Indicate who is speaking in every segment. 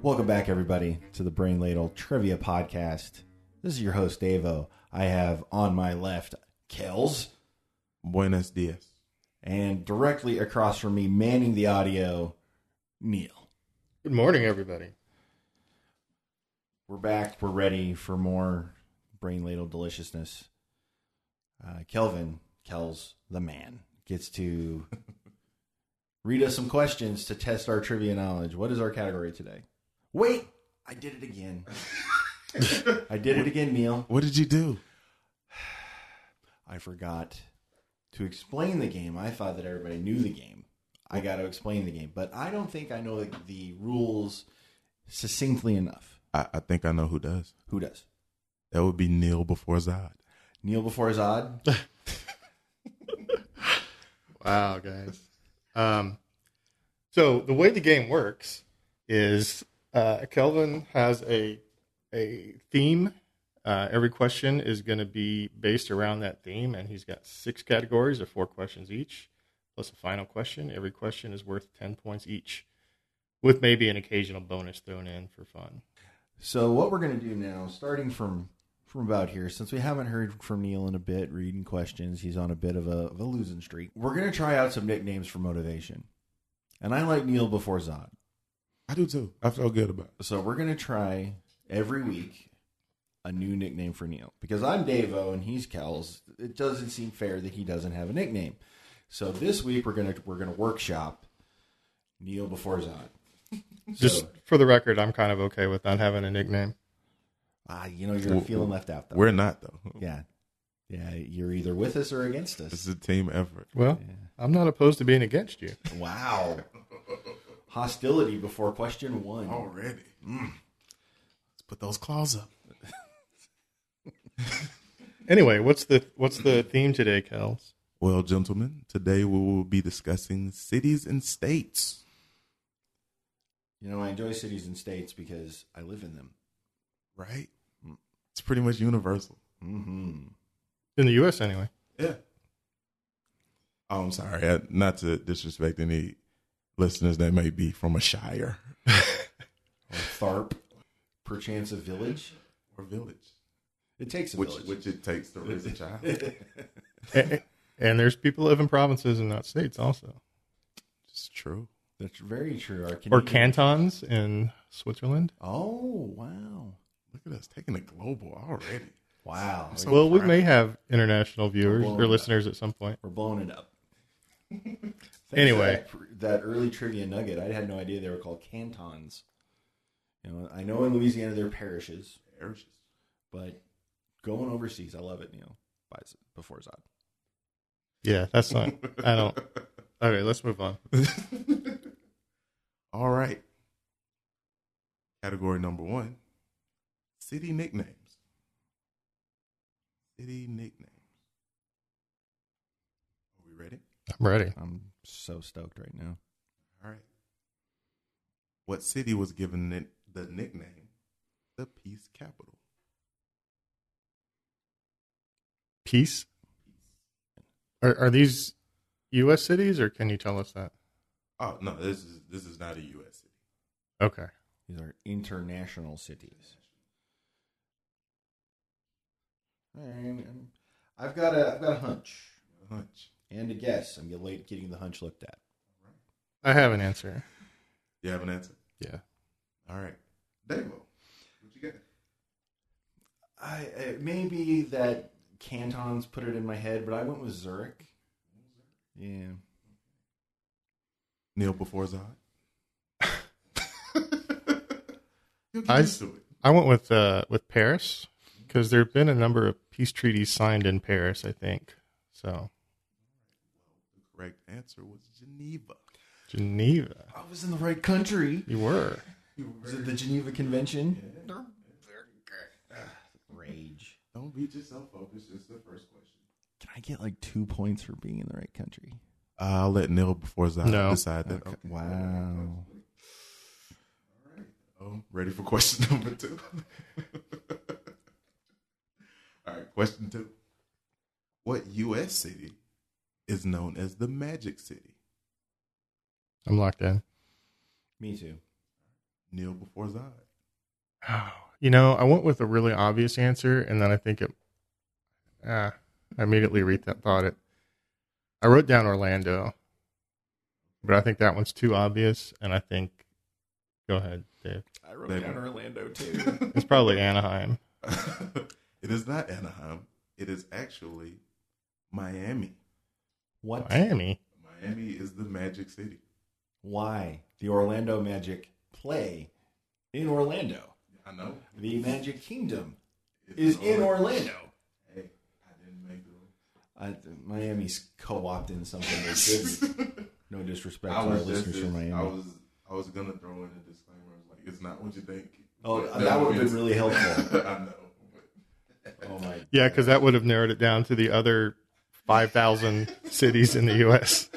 Speaker 1: Welcome back, everybody, to the Brain Ladle Trivia Podcast. This is your host, Davo. I have on my left Kells,
Speaker 2: Buenos dias.
Speaker 1: and directly across from me, manning the audio, Neil.
Speaker 3: Good morning, everybody.
Speaker 1: We're back. We're ready for more Brain Ladle deliciousness. Uh, Kelvin, Kells, the man, gets to read us some questions to test our trivia knowledge. What is our category today? Wait, I did it again. I did it again, Neil.
Speaker 2: What did you do?
Speaker 1: I forgot to explain the game. I thought that everybody knew the game. I got to explain the game, but I don't think I know the, the rules succinctly enough.
Speaker 2: I, I think I know who does.
Speaker 1: Who does?
Speaker 2: That would be Neil before Zod.
Speaker 1: Kneel before Zod.
Speaker 3: Wow, guys. Um, so the way the game works is uh, Kelvin has a a theme. Uh, every question is going to be based around that theme, and he's got six categories of four questions each, plus a final question. Every question is worth ten points each, with maybe an occasional bonus thrown in for fun.
Speaker 1: So what we're going to do now, starting from from about here, since we haven't heard from Neil in a bit, reading questions, he's on a bit of a, of a losing streak. We're going to try out some nicknames for motivation, and I like Neil before Zod.
Speaker 2: I do too. I feel good about it.
Speaker 1: So we're gonna try every week a new nickname for Neil because I'm Davo and he's Kells. It doesn't seem fair that he doesn't have a nickname. So this week we're gonna we're gonna workshop Neil before Zod.
Speaker 3: Just
Speaker 1: So-
Speaker 3: for the record, I'm kind of okay with not having a nickname.
Speaker 1: Ah, you know you're
Speaker 2: W-
Speaker 1: feeling left out though.
Speaker 2: We're not though.
Speaker 1: yeah, yeah. You're either with us or against us.
Speaker 2: It's a team effort.
Speaker 3: Well, I'm not opposed to being against you.
Speaker 1: Wow. Hostility before question one.
Speaker 2: Already. Mm. Let's put those claws up.
Speaker 3: Anyway, what's the what's the theme today, Kels?
Speaker 2: Well, gentlemen, today we will be discussing cities and states.
Speaker 1: You know I enjoy cities and states because I live in them.
Speaker 2: Right? Mm. It's pretty much universal.
Speaker 1: Mm-hmm.
Speaker 3: In the U.S. anyway.
Speaker 2: Yeah. Oh, I'm sorry. I, not to disrespect any listeners that may be from a shire
Speaker 1: Or Tharp, perchance a village.
Speaker 2: or village,
Speaker 1: It takes a
Speaker 2: which
Speaker 1: village.
Speaker 2: which it takes to raise a child.
Speaker 3: and, and there's people live in provinces and not states also,
Speaker 2: It's true.
Speaker 1: That's very true. Our
Speaker 3: or
Speaker 1: Canadian-
Speaker 3: cantons in Switzerland.
Speaker 1: Oh wow,
Speaker 2: Look at us taking it global already.
Speaker 1: wow!
Speaker 2: So
Speaker 3: well, we
Speaker 2: proud.
Speaker 3: may have international viewers
Speaker 1: Well,
Speaker 3: or listeners at some point.
Speaker 1: We're blowing it up. Thanks
Speaker 3: Anyway.
Speaker 1: for that, that early trivia nugget. I had no idea they were called cantons. You know, I know in Louisiana they're parishes,
Speaker 2: Parishes.
Speaker 1: but going overseas, I love it. Neil buys it before Zod.
Speaker 3: Yeah, that's not. I don't. Okay, let's move on.
Speaker 2: All right. Category number one city nicknames. City nicknames. Are we ready?
Speaker 3: I'm ready.
Speaker 1: I'm so stoked right now.
Speaker 2: All right. What city was given it the nickname the Peace Capital?
Speaker 3: Peace. Are, are these U.S. cities, or can you tell us that?
Speaker 2: Oh no, this is this is not a U.S. city.
Speaker 3: Okay.
Speaker 1: These are international cities. All right, I'm- I've got a I've got a hunch
Speaker 2: Hunch.
Speaker 1: and a guess. I'm get- late getting the hunch looked at.
Speaker 3: I have an answer.
Speaker 2: You have an answer.
Speaker 3: Yeah.
Speaker 2: All right, Davo, what you got?
Speaker 1: I it may be that Cantons put it in my head, but I went with Zurich. Yeah.
Speaker 2: Neil before Zod. You'll
Speaker 3: I-
Speaker 2: get used to it.
Speaker 3: I went with uh, with Paris because there have been a number of peace treaties signed in Paris. I think so.
Speaker 2: The correct answer was Geneva.
Speaker 3: Geneva,
Speaker 1: I was in the right country.
Speaker 3: you were.
Speaker 1: Was it the Geneva Convention? Rage.
Speaker 2: Don't beat yourself up. It's just the first question.
Speaker 1: Can I get like two points for being in the right country?
Speaker 2: I'll let Neil before Zod
Speaker 3: No.
Speaker 2: decide that. Okay.
Speaker 1: Wow.
Speaker 2: Oh, ready for question number two. All right, question two. What U.S. city is known as the Magic City?
Speaker 3: I'm locked in.
Speaker 1: Me too.
Speaker 2: kneel before Zod.
Speaker 3: Oh, You know, I went with a really obvious answer, and then I think it. Ah, I immediately read that thought. It. I wrote down Orlando, but I think that one's too obvious, and I think. Go ahead, Dave.
Speaker 1: I wrote
Speaker 2: They-
Speaker 1: down Orlando too.
Speaker 3: It's probably Anaheim.
Speaker 2: it is not Anaheim. It is actually Miami.
Speaker 1: what?
Speaker 3: Miami.
Speaker 2: Miami is the Magic City.
Speaker 1: Why the Orlando Magic play in Orlando?
Speaker 2: I know.
Speaker 1: The Magic Kingdom
Speaker 2: It's
Speaker 1: is in
Speaker 2: Orlando.
Speaker 1: Orlando.
Speaker 2: Hey, I didn't make the rules.
Speaker 1: I, Miami's co-opting something they shouldn't. No disrespect to
Speaker 2: I
Speaker 1: our
Speaker 2: was just
Speaker 1: listeners from Miami.
Speaker 2: I was I was gonna throw in a disclaimer. I was like, it's not what you think.
Speaker 1: Oh,
Speaker 2: But
Speaker 1: that would've been
Speaker 2: is-
Speaker 1: really helpful.
Speaker 2: I know.
Speaker 1: oh my!
Speaker 3: Yeah, because that would have narrowed it down to the other five thousand cities in the U.S.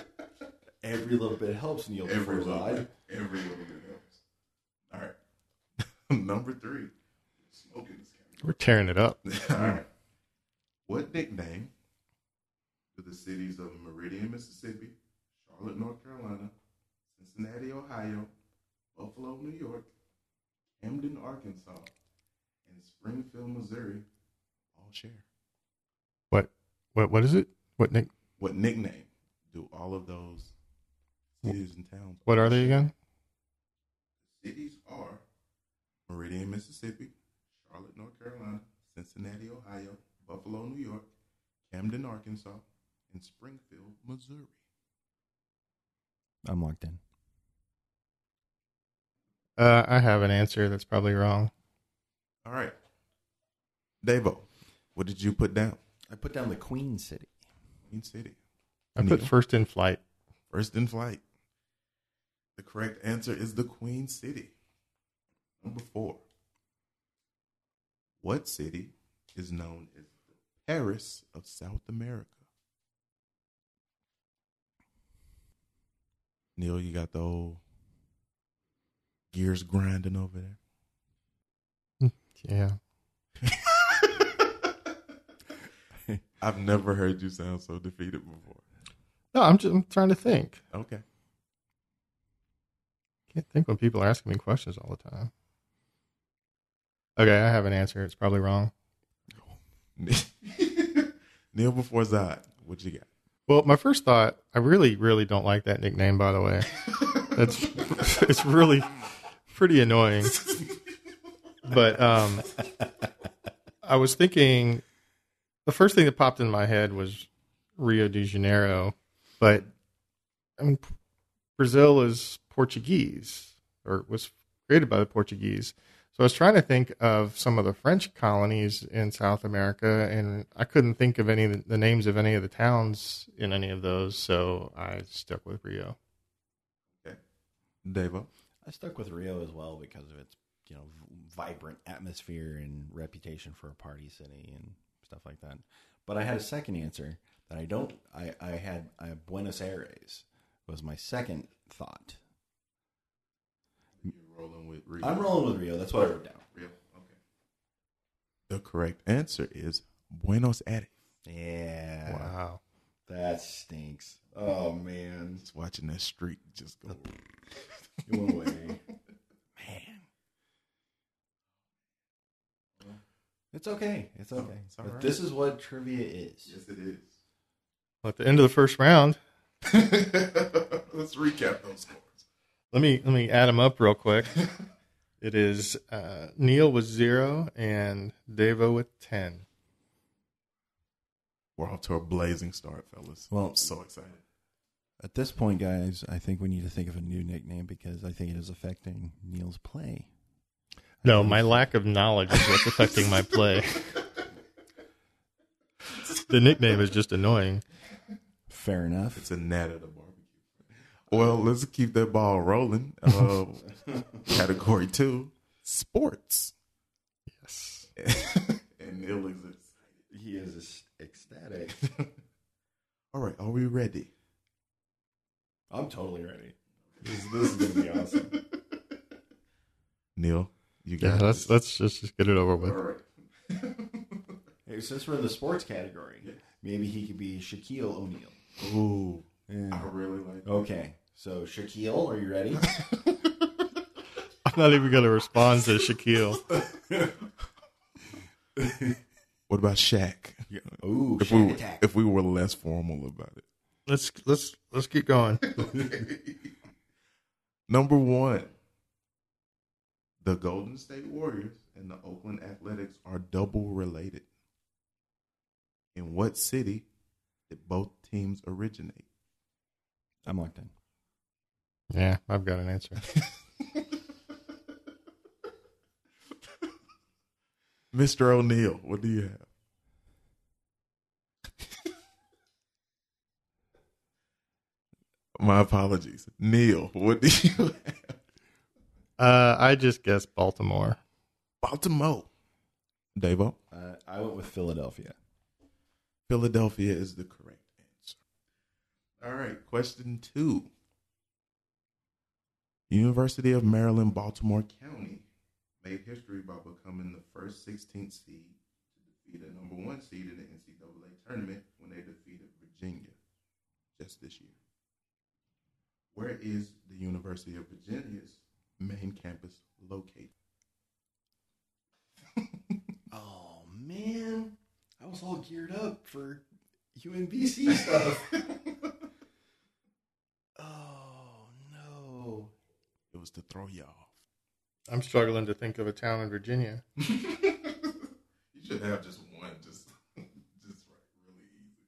Speaker 1: Every little bit helps, Neil.
Speaker 2: Every
Speaker 1: Every
Speaker 2: little, bit, every little bit helps. All right. Number three, smoking is
Speaker 3: We're tearing it up.
Speaker 2: All right. Mm. What nickname do the cities of Meridian, Mississippi, Charlotte, North Carolina, Cincinnati, Ohio, Buffalo, New York, Camden, Arkansas, and Springfield, Missouri all share?
Speaker 3: What? What? What is it? What? Nick?
Speaker 2: What nickname do all of those cities and towns?
Speaker 3: What are they
Speaker 2: share?
Speaker 3: again?
Speaker 2: cities are Meridian, Mississippi, Charlotte, North Carolina, Cincinnati, Ohio, Buffalo, New York, Camden, Arkansas, and Springfield, Missouri.
Speaker 1: I'm locked in.
Speaker 3: Uh, I have an answer that's probably wrong.
Speaker 2: All right. Devo, what did you put down?
Speaker 1: I put down the Queen City.
Speaker 2: Queen City.
Speaker 3: I put
Speaker 2: Neil.
Speaker 3: first in flight.
Speaker 2: First in flight. The correct answer is the Queen City. Number four. What city is known as the Paris of South America? Neil, you got the old gears grinding over there.
Speaker 3: Yeah.
Speaker 2: I've never heard you sound so defeated before.
Speaker 3: No, I'm just I'm trying to think.
Speaker 2: Okay.
Speaker 3: Can't think when people are asking me questions all the time. Okay, I have an answer. It's probably wrong.
Speaker 2: Neil before Zod, what you got?
Speaker 3: Well, my first thought, I really, really don't like that nickname. By the way, that's it's really pretty annoying. But um, I was thinking, the first thing that popped in my head was Rio de Janeiro, but I mean, Brazil is Portuguese or was created by the Portuguese. So I was trying to think of some of the French colonies in South America, and I couldn't think of any of the, the names of any of the towns in any of those. So I stuck with Rio.
Speaker 2: Devo.
Speaker 1: I stuck with Rio as well because of its you know v- vibrant atmosphere and reputation for a party city and stuff like that. But I had a second answer that I don't. I I had I had Buenos Aires was my second thought.
Speaker 2: You're rolling with Rio.
Speaker 1: I'm rolling with Rio. That's what I wrote down.
Speaker 2: Rio. Okay. The correct answer is Buenos Aires.
Speaker 1: Yeah.
Speaker 3: Wow.
Speaker 1: That stinks. Oh man.
Speaker 2: Just watching that streak just go.
Speaker 1: It went away. Man. It's okay. Oh, It's okay.
Speaker 2: It's all
Speaker 1: But
Speaker 2: right.
Speaker 1: This is what trivia is.
Speaker 2: yes, it is.
Speaker 3: Well, at the end of the first round,
Speaker 2: Let's recap those scores.
Speaker 3: let me let me add them up real quick. It is uh, Neil with zero and Devo with ten.
Speaker 2: We're off to a blazing start, fellas.
Speaker 1: Well-
Speaker 2: I'm so excited.
Speaker 1: At this point, guys, I think we need to think of a new nickname because I think it is affecting Neil's play.
Speaker 3: No, my lack of knowledge is what's affecting my play. the nickname is just annoying.
Speaker 1: Fair enough.
Speaker 2: It's a gnat at a barbecue. Well,
Speaker 1: Um,
Speaker 2: let's keep that ball rolling. Uh, category two, sports.
Speaker 3: Yes.
Speaker 2: and it'll exist.
Speaker 1: he is ecstatic.
Speaker 2: All right, are we ready?
Speaker 1: I'm totally ready. This, this is going to be awesome.
Speaker 2: Neil, you got
Speaker 3: Yeah, let's let's just, just get it over with.
Speaker 2: right.
Speaker 1: Hey, since we're in the sports category, maybe he could be Shaquille O'Neal.
Speaker 2: Ooh, I
Speaker 1: Yeah.
Speaker 2: really like.
Speaker 1: Okay. So, Shaquille, are you ready?
Speaker 3: I'm not even going to respond to Shaquille.
Speaker 2: What about Shaq?
Speaker 1: Ooh,
Speaker 2: If
Speaker 1: Shaq
Speaker 2: we
Speaker 1: attack.
Speaker 2: if we were less formal about it.
Speaker 3: Let's let's let's keep going.
Speaker 2: Number one,
Speaker 4: The Golden State Warriors and the Oakland Athletics
Speaker 2: are double related.
Speaker 4: in what city
Speaker 2: That both teams originate.
Speaker 1: I'm locked in.
Speaker 3: Yeah, I've got an answer.
Speaker 2: Mr. O'Neill, what do you have? My apologies. Neil, what do you have?
Speaker 3: Uh, I just guessed Baltimore.
Speaker 2: Baltimore. Davo.
Speaker 1: Uh, I went with Philadelphia.
Speaker 2: Philadelphia is the correct answer.
Speaker 4: All right.
Speaker 2: Question two. University of Maryland, Baltimore.
Speaker 4: County made history by becoming the first 16th seed to defeat a number one seed in the NCAA tournament when they defeated Virginia just this year. Where is the University of Virginia's main campus located?
Speaker 1: Oh man, I was all geared up for UNBC stuff. oh no,
Speaker 2: It was to throw you off.
Speaker 3: I'm struggling to think of a town in Virginia.
Speaker 4: you should have just one, just, just right, really easy.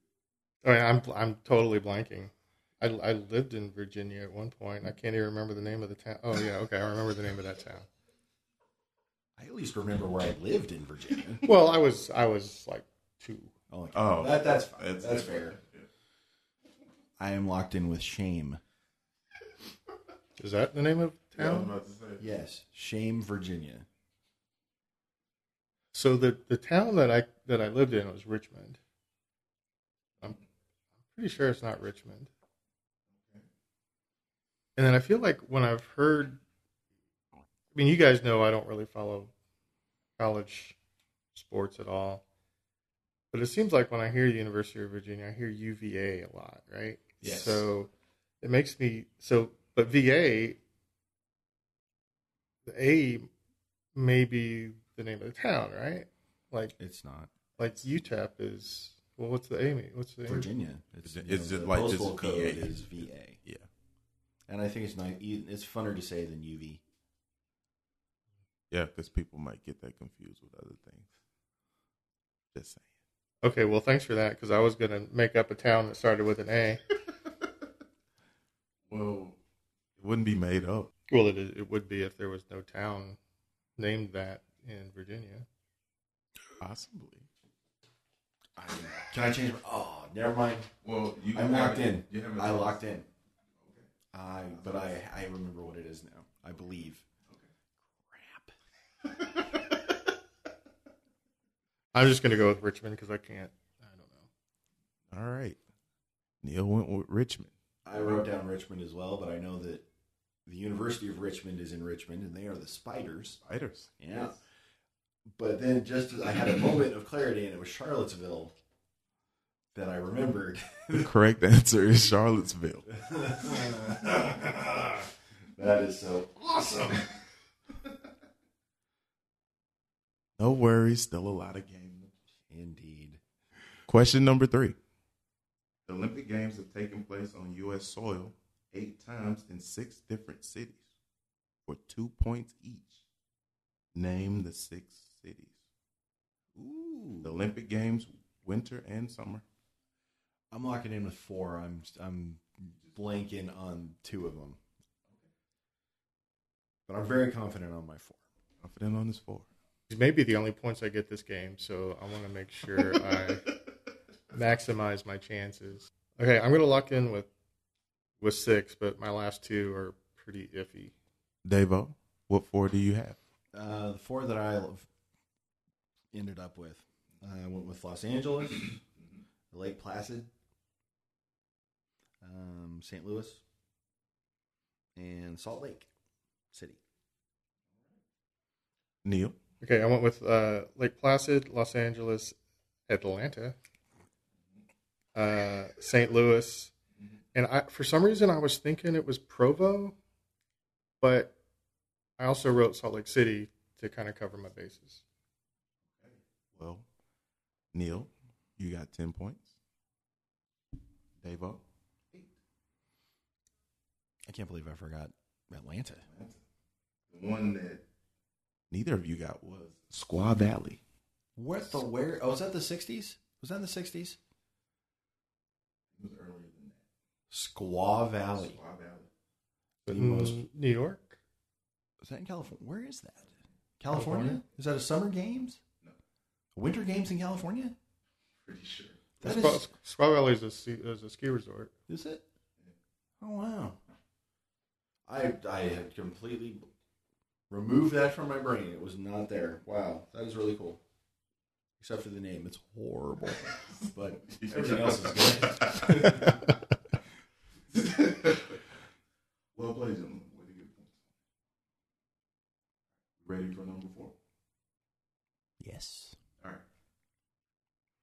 Speaker 3: I mean, I'm I'm totally blanking. I, I lived in Virginia at one point. I can't even remember the name of the town. Oh yeah, okay, I remember the name of that town.
Speaker 1: I at least remember where I lived in Virginia.
Speaker 3: Well, I was I was like two.
Speaker 1: Oh, okay.
Speaker 2: Oh,
Speaker 1: that, that's fine.
Speaker 2: that's-
Speaker 1: That's, fair. I am locked in with shame.
Speaker 3: Is that the name of the
Speaker 4: Yeah, I was
Speaker 3: town?
Speaker 4: about to say.
Speaker 1: Yes, shame, Virginia.
Speaker 3: So the the town that I that I lived in was Richmond. I'm pretty sure it's not Richmond. And then I feel like when I've heard, I mean, you guys know I don't really follow college sports at all, but it seems like when I hear University of Virginia, I hear UVA a lot, right?
Speaker 1: Yes.
Speaker 3: So it makes me so, but VA, the A may be the name of the town, right? Like
Speaker 1: It's not
Speaker 3: like UTEP is well, what's the A mean? What's the A? mean?
Speaker 1: Virginia. It's,
Speaker 2: It's
Speaker 1: you
Speaker 2: just
Speaker 1: know, the
Speaker 2: like just
Speaker 1: postal code
Speaker 2: VA.
Speaker 1: is VA,
Speaker 2: Yeah.
Speaker 1: and I think it's nice. E, It's funner to say than UV.
Speaker 2: Yeah, because people might get that confused with other things. Just saying.
Speaker 3: Okay, well, thanks for that because I was gonna make up a town that started with an A.
Speaker 4: Well,
Speaker 2: It wouldn't be made up.
Speaker 3: Well, it it would be if there was no town named that in Virginia.
Speaker 2: Possibly.
Speaker 1: I, can I change? My, oh, never mind.
Speaker 4: well, you
Speaker 1: I'm locked in.
Speaker 4: haven't- You haven't
Speaker 1: I locked in. I but I I remember what it is now. I believe. Crap.
Speaker 3: I'm just gonna go with Richmond because I can't. I don't know.
Speaker 2: All right. Neil went with Richmond.
Speaker 1: I wrote down Richmond as well, but I know that the University of Richmond is in Richmond, and they are the Spiders.
Speaker 2: Fighters.
Speaker 1: Yeah. But then, just as I had a moment of clarity, and it was Charlottesville that I remembered.
Speaker 2: The correct answer is Charlottesville.
Speaker 1: that is so awesome.
Speaker 2: No worries, still a lot of games.
Speaker 1: Indeed.
Speaker 2: Question number three.
Speaker 4: The Olympic Games have taken place on U.S. soil eight times in six different cities for two points each. Name the six cities. The
Speaker 1: Ooh.
Speaker 4: Olympic Games, winter and summer.
Speaker 1: I'm locking in with four. I'm I'm blanking on two of them, but I'm very confident on my four.
Speaker 2: Confident on this four.
Speaker 3: These may be the only points I get this game, so I want to make sure I maximize my chances. Okay, I'm gonna lock in with with six, but my last two are pretty iffy.
Speaker 2: Devo, what four do you have?
Speaker 1: Uh, the four that I love- ended up with, I went with Los Angeles, Lake Placid, um, St. Louis, and Salt Lake City.
Speaker 2: Neil,
Speaker 3: Okay, I went with uh, Lake Placid, Los Angeles, Atlanta, uh, St. Louis, and I, for some reason I was thinking it was Provo, but I I also wrote Salt Lake City to kind of cover my bases.
Speaker 2: Well, Neil, you got 10 points. Davo,
Speaker 1: I can't believe I forgot Atlanta.
Speaker 4: The one that
Speaker 2: neither of you got was Squaw Valley.
Speaker 1: What the where? Oh, was that the 60s? Was that in the 60s?
Speaker 4: was earlier than that.
Speaker 1: Squaw Valley.
Speaker 4: Squaw Valley.
Speaker 1: The
Speaker 3: Mm,
Speaker 1: most-
Speaker 3: New York.
Speaker 1: Is that in California? Where is that? California?
Speaker 3: California?
Speaker 1: Is that a summer games?
Speaker 4: No.
Speaker 1: Winter games in California?
Speaker 4: Pretty sure.
Speaker 1: That
Speaker 3: Squaw,
Speaker 1: is,
Speaker 3: Squaw Valley is a, ski- is a ski resort.
Speaker 1: is it? Oh wow. I I had completely removed that from my brain. It was not there. Wow, that is really cool. Except for the name, it's horrible. but everything else is good.
Speaker 4: well played, gentlemen. Way to get points. Ready for number four?
Speaker 1: Yes.
Speaker 4: All right.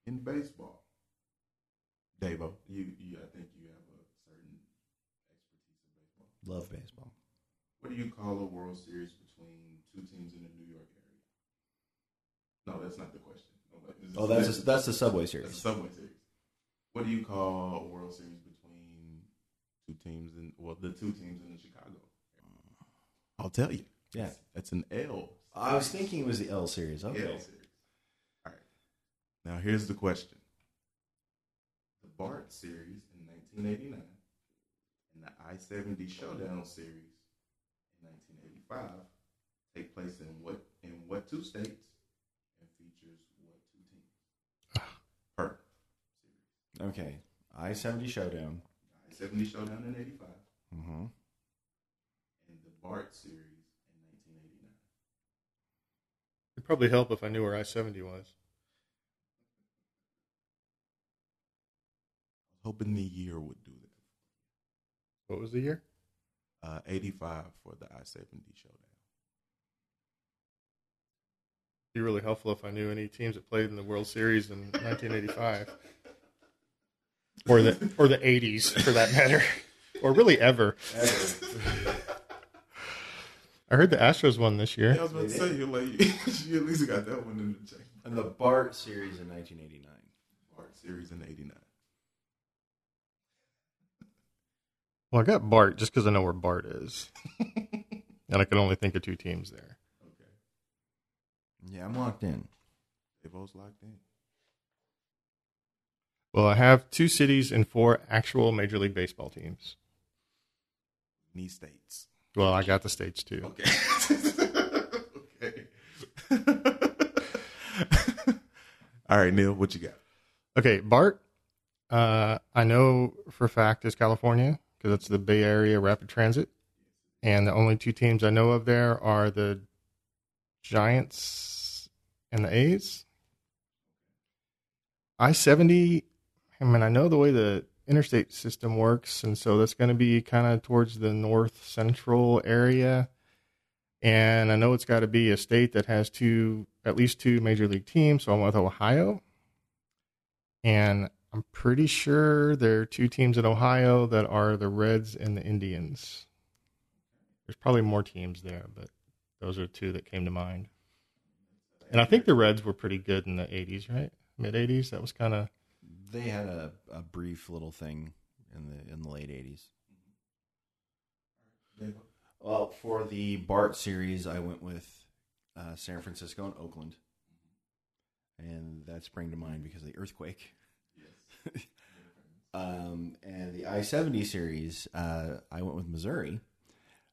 Speaker 4: In baseball,
Speaker 2: Davo,
Speaker 4: you, you I think you have a certain expertise in baseball.
Speaker 1: Love baseball.
Speaker 4: What do you call a World Series between two teams in the New York area? No, that's not the question. No, but this is-
Speaker 1: Oh, that's
Speaker 4: this
Speaker 1: a,
Speaker 4: is-
Speaker 1: that's the Subway
Speaker 4: that's a
Speaker 1: Series.
Speaker 4: Subway Series. What do you call a World Series between
Speaker 2: two teams in, well,
Speaker 4: the two teams in the Chicago?
Speaker 2: I'll tell you.
Speaker 1: Yeah.
Speaker 2: That's an L.
Speaker 1: I was thinking it was the L Series. Okay.
Speaker 4: L Series. All right.
Speaker 2: Now, here's the question.
Speaker 4: the BART series in 1989 and the I 70 Showdown series in 1985 take place in what in what two states and features what two teams per series?
Speaker 1: Okay. I seventy showdown.
Speaker 4: I 70 Showdown in 85
Speaker 1: Mm-hmm.
Speaker 4: and the BART series in 1989.
Speaker 3: It'd probably help if I knew where I seventy was.
Speaker 2: Hoping the year would do that.
Speaker 3: What was the year?
Speaker 2: Uh, 85 for the I 70 showdown.
Speaker 3: It'd be really helpful if I knew any teams that played in the World Series in 1985, or the or the 80s for that matter, or really ever. I heard the Astros won this year.
Speaker 2: I was about to say, you're like, you at least got that one in the check.
Speaker 1: And the BART series in nineteen eighty nine.
Speaker 2: Bart series in 89.
Speaker 3: Well, I got Bart just because I know where Bart is, and I could only think of two teams there.
Speaker 1: Yeah, I'm locked in.
Speaker 2: Davo's locked in.
Speaker 3: Well, I have two cities and four actual Major League Baseball teams.
Speaker 2: Knee states.
Speaker 3: Well, I got the states too.
Speaker 2: Okay. okay. All right, Neil, what you got?
Speaker 3: Okay, Bart. Uh, I know for a fact is California because it's the Bay Area Rapid Transit, and the only two teams I know of there are the Giants and the A's. I seventy. I mean, I know the way the interstate system works, and so that's going to be kind of towards the north central area. And I know it's got to be a state that has two, at least two major league teams. So I'm with Ohio and I'm pretty sure there are two teams in Ohio that are the Reds and the Indians. There's probably more teams there, but those are two that came to mind. And I think the Reds were pretty good in the 80s, right? Mid 80s. That was kind of
Speaker 1: They had a, a brief little thing in the in the late eighties.
Speaker 4: Davo?
Speaker 1: Well, for the BART series, I went with uh, San Francisco and Oakland, and that sprang to mind because of the earthquake.
Speaker 4: Yes.
Speaker 1: Um, and the I seventy series, uh, I went with Missouri,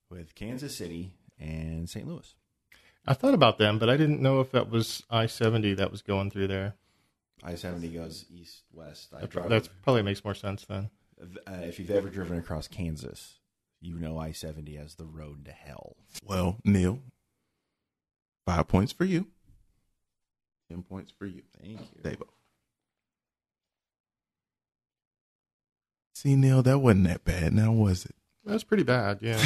Speaker 1: with Kansas City and St. Louis.
Speaker 3: I thought about them, but I didn't know if that was I 70 that was going through there.
Speaker 1: I seventy goes east west. I
Speaker 3: That
Speaker 1: drove-
Speaker 3: that's probably makes more sense then.
Speaker 1: uh, if you've ever driven across Kansas, you know I seventy as the road to hell.
Speaker 2: Well, Neil, five points for you, 10 points for you.
Speaker 1: Thank you.
Speaker 2: Davo. See, Neil, that wasn't that bad now, was it?
Speaker 3: That's pretty bad, yeah.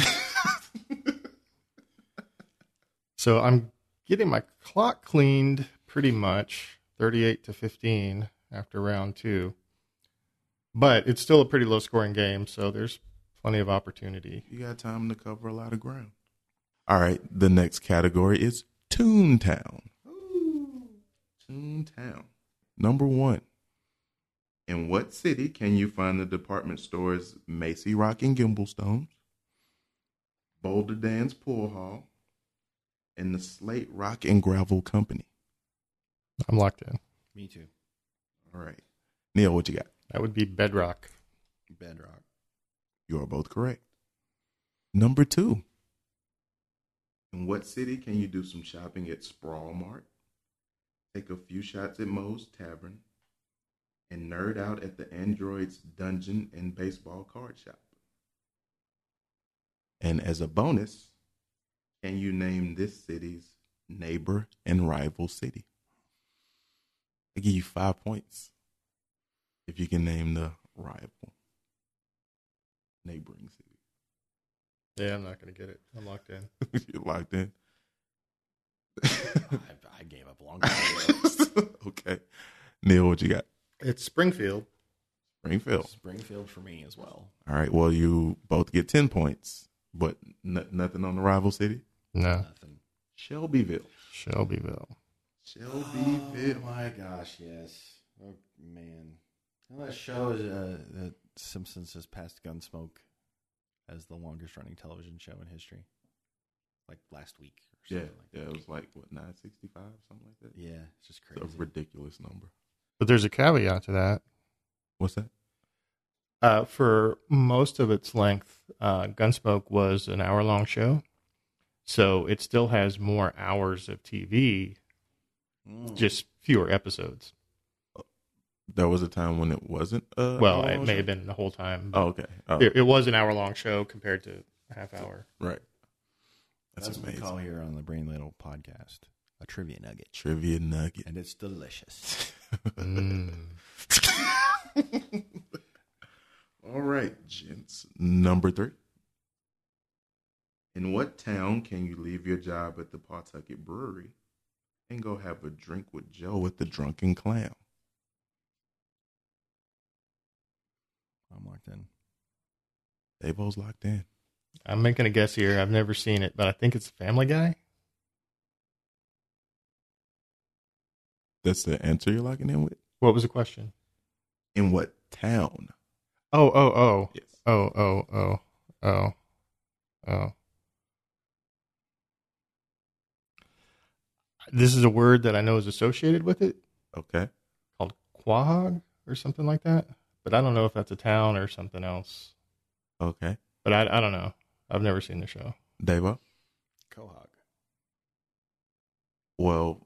Speaker 3: so I'm getting my clock cleaned pretty much 38 to 15 after round two. But it's still a pretty low scoring game, so there's plenty of opportunity.
Speaker 2: You got time to cover a lot of ground. All right, the next category is Toontown.
Speaker 4: Ooh, Toontown.
Speaker 2: Number one,
Speaker 4: In what city can you find the department stores
Speaker 2: Macy Rock and Gimblestones.
Speaker 4: Boulder Dan's Pool Hall and the Slate Rock?
Speaker 2: Rock and Gravel Company.
Speaker 3: I'm locked in.
Speaker 1: Me too.
Speaker 4: All right.
Speaker 2: Neil, what you got?
Speaker 3: That would be Bedrock.
Speaker 1: Bedrock.
Speaker 2: You are both correct. Number two,
Speaker 4: In what city can you do some shopping at Sprawl Mart? Take a few shots at Moe's Tavern and nerd out at the Android's Dungeon and Baseball Card Shop.
Speaker 2: and as a bonus,
Speaker 4: Can you name this city's
Speaker 2: neighbor and rival city. I give you five points if you can name the rival neighboring city.
Speaker 3: Yeah, I'm not going to get it. I'm locked in.
Speaker 2: You're locked in.
Speaker 1: I, I gave up long time ago.
Speaker 2: okay. Neil, what you got?
Speaker 3: It's Springfield.
Speaker 2: Springfield.
Speaker 1: Springfield for me as well.
Speaker 2: All right. Well, you both get 10 points, but n- nothing on the rival city.
Speaker 3: No.
Speaker 1: Nothing.
Speaker 2: Shelbyville.
Speaker 3: Shelbyville.
Speaker 4: Shelbyville?
Speaker 1: Oh my gosh, yes. Oh man, well, that shows uh, that Simpsons has passed Gunsmoke as the longest running television show in history. Like last week. Or
Speaker 2: Yeah.
Speaker 1: something
Speaker 2: Yeah. It was like, what, 965, something like that?
Speaker 1: Like that. Yeah, it's just crazy.
Speaker 2: It's a ridiculous number.
Speaker 3: But there's a caveat to that.
Speaker 2: What's that?
Speaker 3: Uh, for most of its length, uh, Gunsmoke was an hour long show. So it still has more hours of TV,
Speaker 1: Mm.
Speaker 3: just fewer episodes.
Speaker 2: There was a time when it wasn't. Uh,
Speaker 3: well,
Speaker 2: all
Speaker 3: it
Speaker 2: on
Speaker 3: may
Speaker 2: show?
Speaker 3: have been the whole time.
Speaker 2: Oh,
Speaker 3: But
Speaker 2: okay. Oh,
Speaker 3: it, it was an hour long show compared to a half hour.
Speaker 2: Right.
Speaker 1: That's,
Speaker 2: That's,
Speaker 1: what we call
Speaker 2: amazing.
Speaker 1: here on the Brain Ladle podcast a trivia nugget,
Speaker 2: Trivia nugget.
Speaker 1: and it's delicious.
Speaker 3: Mm.
Speaker 2: All right, gents. Number three.
Speaker 4: In what town can you leave your job at the Pawtucket Brewery and go have a drink with
Speaker 2: Joe with the drunken clown.
Speaker 1: I'm locked in.
Speaker 2: Davo's locked in.
Speaker 3: I'm making a guess here. I've never seen it, but I think it's Family Guy.
Speaker 2: That's the answer you're locking in with.
Speaker 3: What was the question?
Speaker 2: In what town?
Speaker 3: Oh, oh, oh.
Speaker 2: Yes.
Speaker 3: Oh, oh, oh, oh, oh. This is a word that I know is associated with it
Speaker 2: Okay.
Speaker 3: called quahog or something like that. But I don't know if that's a town or something else.
Speaker 2: Okay.
Speaker 3: But I, I don't know. I've never seen the show.
Speaker 2: Davo.
Speaker 1: Quahog.
Speaker 2: Well,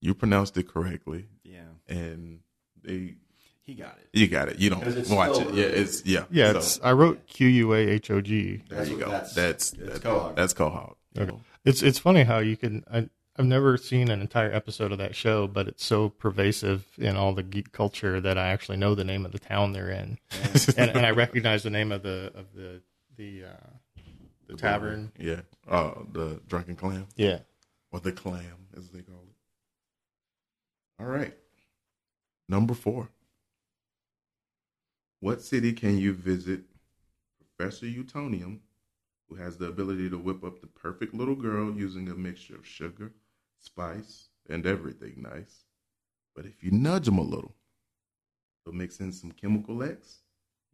Speaker 2: you pronounced it correctly,
Speaker 1: Yeah,
Speaker 2: and they
Speaker 1: he got it.
Speaker 2: you got it. You don't
Speaker 1: 'Cause it's
Speaker 2: watch
Speaker 1: spelled
Speaker 2: it. Yeah.
Speaker 1: right.
Speaker 2: It's yeah.
Speaker 3: Yeah,
Speaker 2: So,
Speaker 3: it's, I wrote Q U A H O G.
Speaker 2: there you
Speaker 1: what-
Speaker 2: go. That's that's that's
Speaker 1: Quahog.
Speaker 2: Quahog. That's Quahog.
Speaker 3: Okay. It's it's funny how you can. I, I've never seen an entire episode of that show, but it's so pervasive in all the geek culture that I actually know the name of the town they're in. and, and I recognize the name of the of the the uh, the tavern.
Speaker 2: Yeah. Oh, the drunken clam
Speaker 3: Yeah,
Speaker 2: or the clam as they call it.
Speaker 4: All right.
Speaker 2: Number four.
Speaker 4: What city can you visit Professor Utonium, who has the ability to whip up the perfect little girl using a mixture of sugar, spice, and everything nice?
Speaker 2: But if you nudge them a little,
Speaker 4: He'll mix in some chemical X.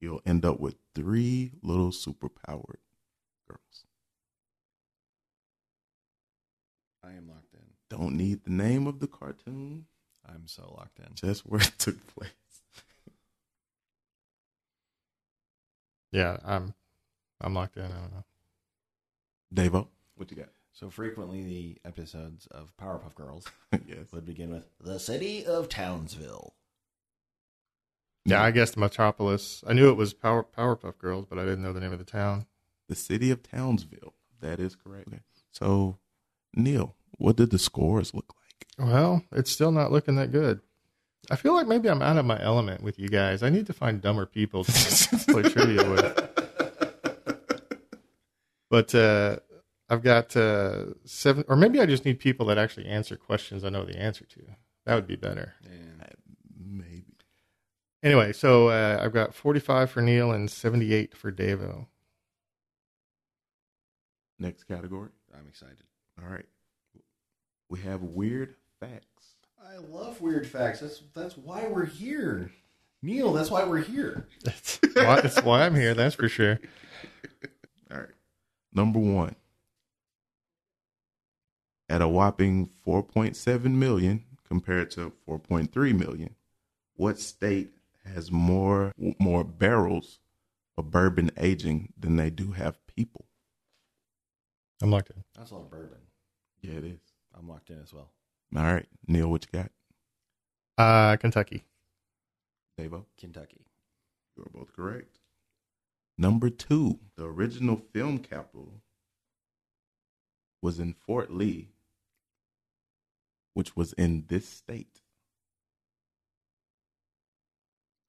Speaker 2: you'll end up with three little superpowered girls.
Speaker 1: I am locked in.
Speaker 2: Don't need the name of the cartoon,
Speaker 1: I'm so locked in.
Speaker 2: just where it took place.
Speaker 3: yeah. I'm I'm locked in. I don't know.
Speaker 2: Davo, what you
Speaker 1: So frequently, the episodes of Powerpuff Girls
Speaker 2: got? yes.
Speaker 1: would begin with the city of Townsville.
Speaker 3: Yeah, I guessed Metropolis. I knew it was Power Powerpuff Girls, but I didn't know the name of the town.
Speaker 2: The city of Townsville. That is correct. Okay. So, Neil, what did the scores look like?
Speaker 3: Well, it's still not looking that good. I feel like maybe I'm out of my element with you guys. I need to find dumber people to play trivia with. But uh, I've got uh, seven, or maybe I just need people that actually answer questions I know the answer to. That would be better.
Speaker 1: Yeah.
Speaker 2: Maybe.
Speaker 3: Anyway, so uh, I've got 45 for Neil and 78 for Davo.
Speaker 2: Next category.
Speaker 1: I'm excited.
Speaker 2: All right. We have weird facts.
Speaker 1: I love weird facts. That's that's why we're here, Neil. That's why we're here.
Speaker 3: That's why, that's why I'm here. That's for sure.
Speaker 2: All right. Number one. At a whopping 4.7 million compared to 4.3 million, what state has more more barrels of bourbon aging than they do have people?
Speaker 3: I'm locked in.
Speaker 1: That's a lot of bourbon.
Speaker 2: Yeah, it is.
Speaker 1: I'm locked in as well.
Speaker 2: All right, Neil, what you got?
Speaker 3: Uh, Kentucky.
Speaker 2: Davo,
Speaker 1: Kentucky.
Speaker 2: you're both correct. Number two, the original film capital was in Fort Lee, which was in this state.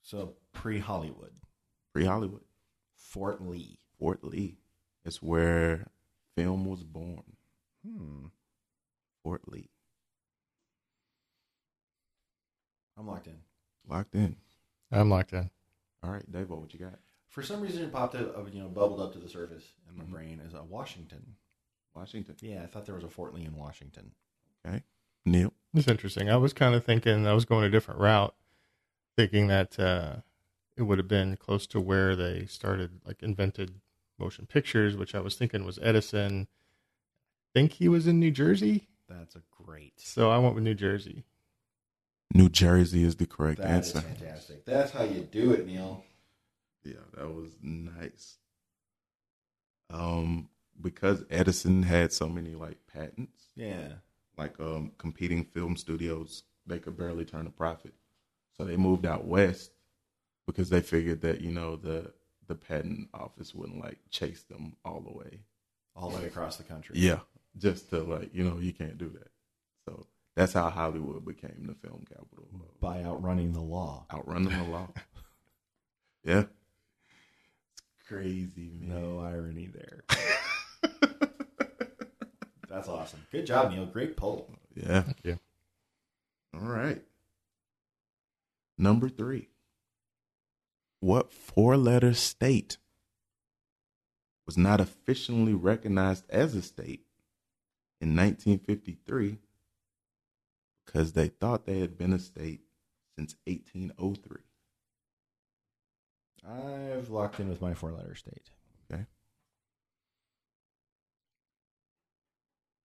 Speaker 1: So pre Hollywood,
Speaker 2: pre Hollywood.
Speaker 1: Fort Lee.
Speaker 2: Fort Lee is where film was born.
Speaker 1: Hmm.
Speaker 2: Fort Lee.
Speaker 1: I'm locked in.
Speaker 2: Locked in.
Speaker 3: I'm locked in.
Speaker 2: All right, Davo, what you got?
Speaker 1: For some reason, it popped up, you know, bubbled up to the surface in my
Speaker 2: Mhm.
Speaker 1: brain as a Washington.
Speaker 2: Washington.
Speaker 1: Yeah, I thought there was a Fort Lee in Washington.
Speaker 2: Neil.
Speaker 3: It's interesting. I was kind of thinking I was going a different route, thinking that uh, it would have been close to where they started, like invented motion pictures, which I was thinking was Edison. I think he was in New Jersey,
Speaker 1: That's a great.
Speaker 3: so I went with New Jersey.
Speaker 2: New Jersey is the correct
Speaker 1: That is
Speaker 2: answer.
Speaker 1: fantastic. That's how you do it, Neil.
Speaker 2: Yeah, that was nice. Um, because Edison had so many like patents,
Speaker 1: Yeah.
Speaker 2: like um competing film studios, they could barely turn a profit. So they moved out west because they figured that, you know, the the patent office wouldn't like chase them all the way.
Speaker 1: All the way across the country.
Speaker 2: Yeah, just to like you know you can't do that. So that's how Hollywood became the film capital.
Speaker 1: By outrunning the law.
Speaker 2: Outrunning the law. yeah, it's crazy, man.
Speaker 1: No irony there. That's awesome. Good job, Neil. Great poll.
Speaker 2: Yeah.
Speaker 3: you.
Speaker 2: All right. Number three. What four-letter state was not officially recognized as a state in 1953 because they thought they had been a state since 1803?
Speaker 1: I've locked in with my four letter state.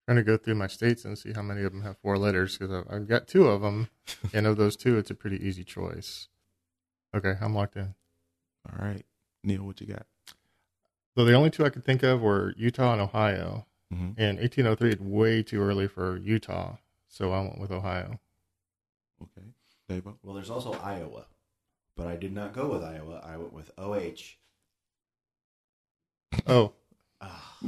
Speaker 3: trying to go through my states and see how many of them have four letters because I've, I've got two of them, and of those two, it's a pretty easy choice. Okay, I'm locked in.
Speaker 2: All right, Neil, what you got?
Speaker 3: So the only two I could think of were Utah and Ohio.
Speaker 2: Mm-hmm.
Speaker 3: And 1803 is way too early for Utah, so I went with Ohio.
Speaker 2: Okay, Davo.
Speaker 1: Well, there's also Iowa, but I did not go with Iowa. I went with OH.
Speaker 3: Oh,
Speaker 1: Ah,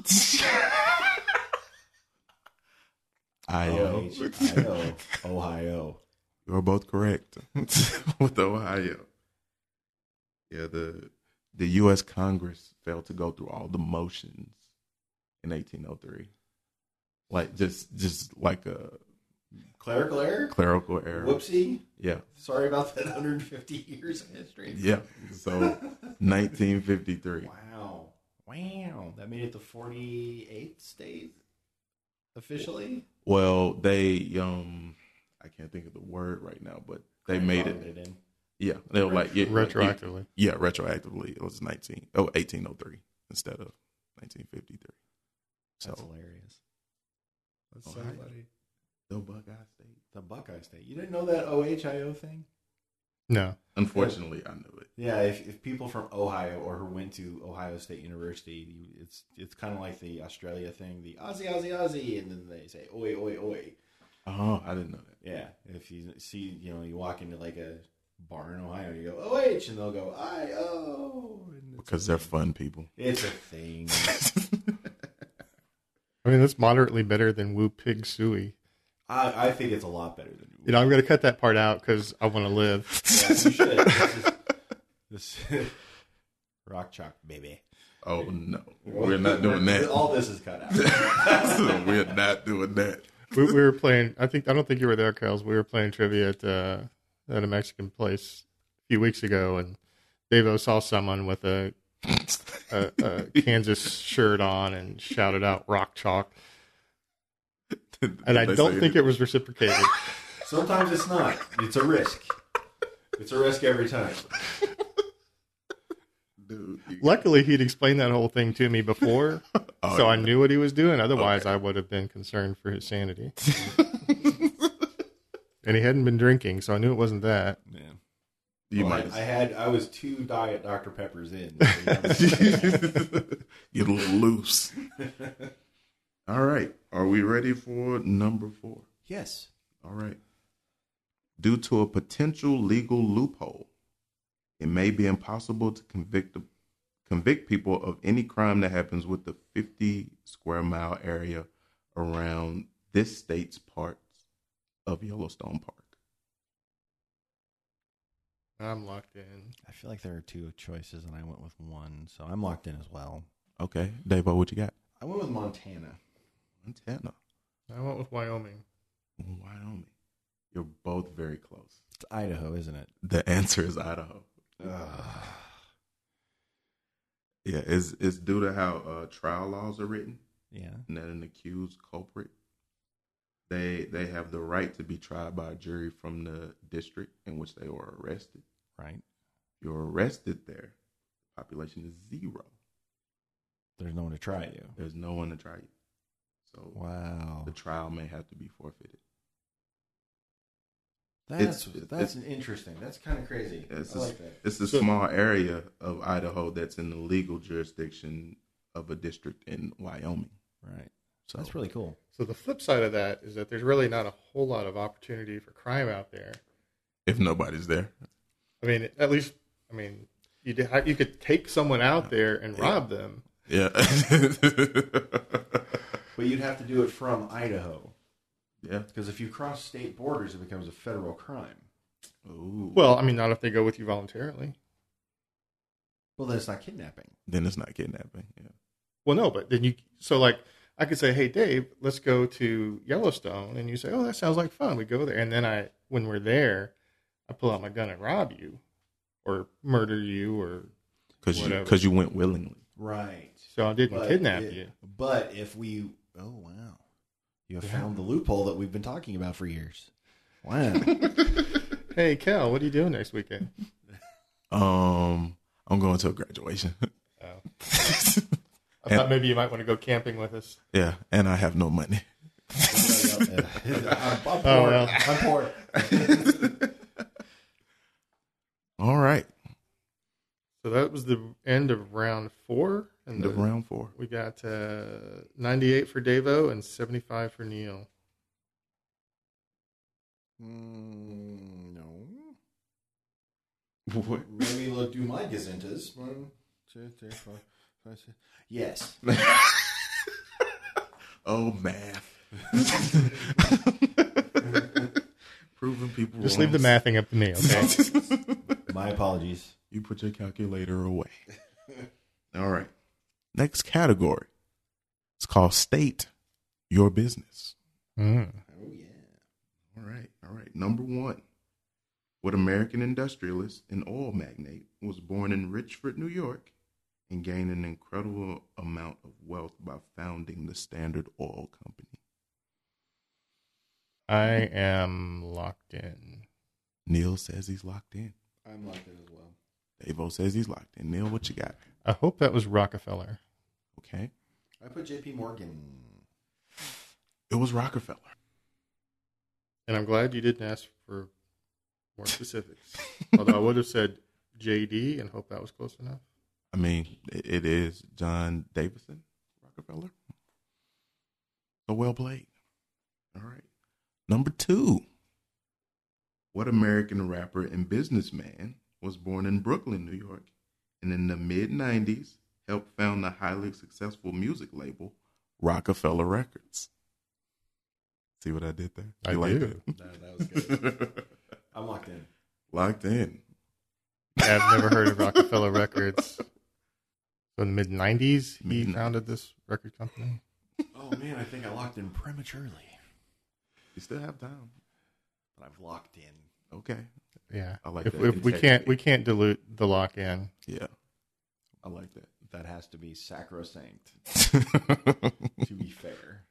Speaker 2: Io.
Speaker 1: OH, Io, Ohio.
Speaker 2: You're both correct with Ohio. Yeah, the the U.S. Congress failed to go through all the motions in 1803, like just just like a
Speaker 1: Clerical error?
Speaker 2: clerical error.
Speaker 1: Whoopsie.
Speaker 2: Yeah,
Speaker 1: Sorry about that 150 years of history.
Speaker 2: yeah. So 1953.
Speaker 1: Wow. Wow. That made it the 48th state officially.
Speaker 2: Well, they um, I can't think of the word right now, but they made it.
Speaker 1: in.
Speaker 2: Yeah, they were like yeah,
Speaker 3: retroactively.
Speaker 2: Yeah, retroactively, it was 19. Oh, 1803 instead of 1953.
Speaker 1: That's
Speaker 2: So
Speaker 1: hilarious. That's
Speaker 2: so funny. the Buckeye State.
Speaker 1: The Buckeye State. You didn't know that OHIO thing?
Speaker 3: No.
Speaker 2: Unfortunately, I knew it.
Speaker 1: Yeah, if, if people from Ohio or who went to Ohio State University, you, it's it's kind of like the Australia thing, the Aussie, Aussie, Aussie, and then they say oi, oi, oi.
Speaker 3: Uh-huh.
Speaker 2: Oh, I didn't know that.
Speaker 1: Yeah, if you see, you know, you walk into like a bar in Ohio, you go OH, and they'll go I O. and it's
Speaker 2: Because
Speaker 1: a
Speaker 2: they're
Speaker 1: thing.
Speaker 2: fun people.
Speaker 1: It's a thing.
Speaker 3: I mean, that's moderately better than Woo Pig Suey.
Speaker 1: I, I think it's a lot better than
Speaker 3: You know, I'm going to cut that part out because I want to live.
Speaker 1: Yeah, you should. This is, this rock chalk, baby.
Speaker 2: oh no, we're not doing that.
Speaker 1: All this is cut out.
Speaker 2: we're not doing that.
Speaker 3: We, we were playing, I think, I don't think you were there, Kels. We were playing trivia at, uh, at a Mexican place a few weeks ago, and Devo saw someone with a, a, a Kansas shirt on and shouted out rock chalk. and I don't think it was reciprocated.
Speaker 1: Sometimes it's not. It's a risk. It's a risk every time.
Speaker 4: Dude, you-
Speaker 3: Luckily, he'd explained that whole thing to me before,
Speaker 2: Oh,
Speaker 3: so I
Speaker 2: yeah.
Speaker 3: knew what he was doing. Otherwise, I would have been concerned for his sanity. and he hadn't been drinking, so I knew it wasn't that.
Speaker 2: Yeah.
Speaker 1: You
Speaker 2: You
Speaker 1: I had I was two diet Dr Peppers in. So
Speaker 2: might get a little loose.
Speaker 4: All right.
Speaker 2: Are we ready for number four?
Speaker 1: yes.
Speaker 2: All right. Due to a potential legal loophole, it may be impossible to convict convict people of any crime that happens with the 50 square mile area around this state's parts of Yellowstone Park.
Speaker 3: I'm locked in.
Speaker 1: I feel like there are two choices and I went with one, so I'm locked in as well.
Speaker 2: Okay, Davo, what you got?
Speaker 1: I went with Montana.
Speaker 2: Montana,
Speaker 3: I went with Wyoming.
Speaker 2: Wyoming. You're both very close.
Speaker 1: It's Idaho, isn't it?
Speaker 2: The answer is Idaho. Yeah, it's it's due to how uh, trial laws are written.
Speaker 1: yeah.
Speaker 2: and that an accused culprit they they have the right to be tried by a jury from the district in which they were arrested
Speaker 1: Right.
Speaker 2: you're arrested there population is zero
Speaker 1: There's no one to try you.
Speaker 2: there's no one to try you so
Speaker 1: Wow.
Speaker 2: the trial may have to be forfeited
Speaker 1: That's
Speaker 2: it's-
Speaker 1: that's
Speaker 2: it's-
Speaker 1: interesting. That's kind of crazy.
Speaker 2: it's,
Speaker 1: I
Speaker 2: a,
Speaker 1: like that.
Speaker 2: it's a
Speaker 3: So-
Speaker 2: small area of idaho that's in the legal jurisdiction of a district in wyoming
Speaker 1: Right.
Speaker 2: so
Speaker 1: That's really cool.
Speaker 3: So the flip side of that is that there's really not a whole lot of opportunity for crime out there.
Speaker 2: if nobody's there
Speaker 3: I mean, at least, I mean, you you could take someone out there and rob them.
Speaker 2: yeah
Speaker 1: But you'd have to do it from Idaho
Speaker 2: yeah
Speaker 1: because if you cross state borders, it becomes a federal crime.
Speaker 2: Ooh.
Speaker 3: Well, I mean, not if they go with you voluntarily.
Speaker 1: Well, then it's not kidnapping.
Speaker 2: then it's not kidnapping yeah
Speaker 3: Well, no, but then you so like I could say, "Hey, Dave, let's go to Yellowstone," and you say, "Oh, that sounds like fun." We go there, and then I, when we're there, I pull out my gun and rob you, or murder you, or
Speaker 2: because you
Speaker 3: Whatever.
Speaker 2: because you went willingly.
Speaker 1: Right.
Speaker 3: so I didn't kidnap
Speaker 1: it-
Speaker 3: you.
Speaker 1: But if we, oh wow, you have
Speaker 3: Yeah.
Speaker 1: found the loophole that we've been talking about for years. Wow.
Speaker 3: Hey, Cal, what are you doing next weekend?
Speaker 2: Um, I'm going to a graduation.
Speaker 3: Oh. I thought maybe you might want to go camping with us.
Speaker 2: yeah, and I have no money.
Speaker 1: I'm, I'm poor.
Speaker 3: Oh, well.
Speaker 1: I'm poor.
Speaker 2: All right,
Speaker 3: So that was the end of round four, and
Speaker 2: end of
Speaker 3: the,
Speaker 2: round four.
Speaker 3: we got uh, 98 for Davo and 75 for Neil.
Speaker 1: Mm, no.
Speaker 2: What?
Speaker 1: Maybe we'll do my gazintas. One, two, three, four, five, six. Yes.
Speaker 2: Oh, math. Proving people
Speaker 3: Just
Speaker 2: wrong.
Speaker 3: leave the mathing up to me, okay?
Speaker 1: My apologies.
Speaker 2: You put your calculator away. All right. Next category. It's called state your business.
Speaker 3: Mm.
Speaker 1: Oh yeah.
Speaker 2: All right, all right. Number one, what American industrialist and oil magnate was born in Richford, New York, and gained an incredible amount of wealth by founding the Standard Oil Company?
Speaker 3: I am locked in.
Speaker 2: Neil says he's locked in.
Speaker 1: I'm like it as well.
Speaker 2: Davo says he's locked in. Neil, what you got?
Speaker 3: I hope that was Rockefeller.
Speaker 2: Okay.
Speaker 1: I put J.P. Morgan.
Speaker 2: It was Rockefeller.
Speaker 3: And I'm glad you didn't ask for more specifics. Although I would have said JD and hope that was close enough.
Speaker 2: I mean, it, it is John Davison Rockefeller. So well played. All right. Number two. What American rapper and businessman was born in Brooklyn, New York, and in the mid 90s helped found the highly successful music label Rockefeller Records? See what I did there?
Speaker 3: I do.
Speaker 1: No, that was good.
Speaker 2: that?
Speaker 1: I'm locked in.
Speaker 2: Locked in.
Speaker 3: I've never heard of Rockefeller Records. So in the mid 90s, he
Speaker 2: Mid-
Speaker 3: founded this record company.
Speaker 1: Oh man, I think I locked in prematurely.
Speaker 2: You still have time.
Speaker 1: But I've locked in.
Speaker 2: Okay.
Speaker 3: Yeah.
Speaker 2: I like
Speaker 3: if,
Speaker 2: that
Speaker 3: if we can't
Speaker 2: integrity.
Speaker 3: we can't dilute the lock in.
Speaker 2: Yeah. I like that.
Speaker 1: That has to be sacrosanct.
Speaker 2: to
Speaker 1: To be fair.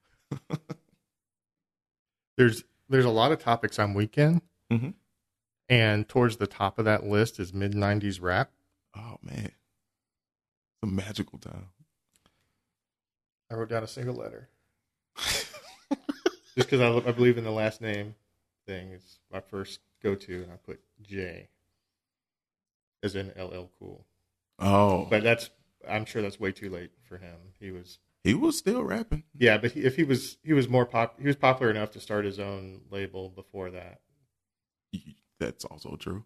Speaker 3: there's there's a lot of topics on weekend,
Speaker 2: Mhm.
Speaker 3: and towards the top of that list is mid '90s rap.
Speaker 2: Oh man, it's a magical time.
Speaker 3: I wrote down a single letter, just because I, I believe in the last name thing is my first go to, and I put J, as in LL Cool.
Speaker 2: Oh,
Speaker 3: But that's I'm sure that's way too late for him. He was
Speaker 2: he was still rapping.
Speaker 3: yeah, but he, if he was he was more pop he was popular enough to start his own label before that.
Speaker 2: That's also true.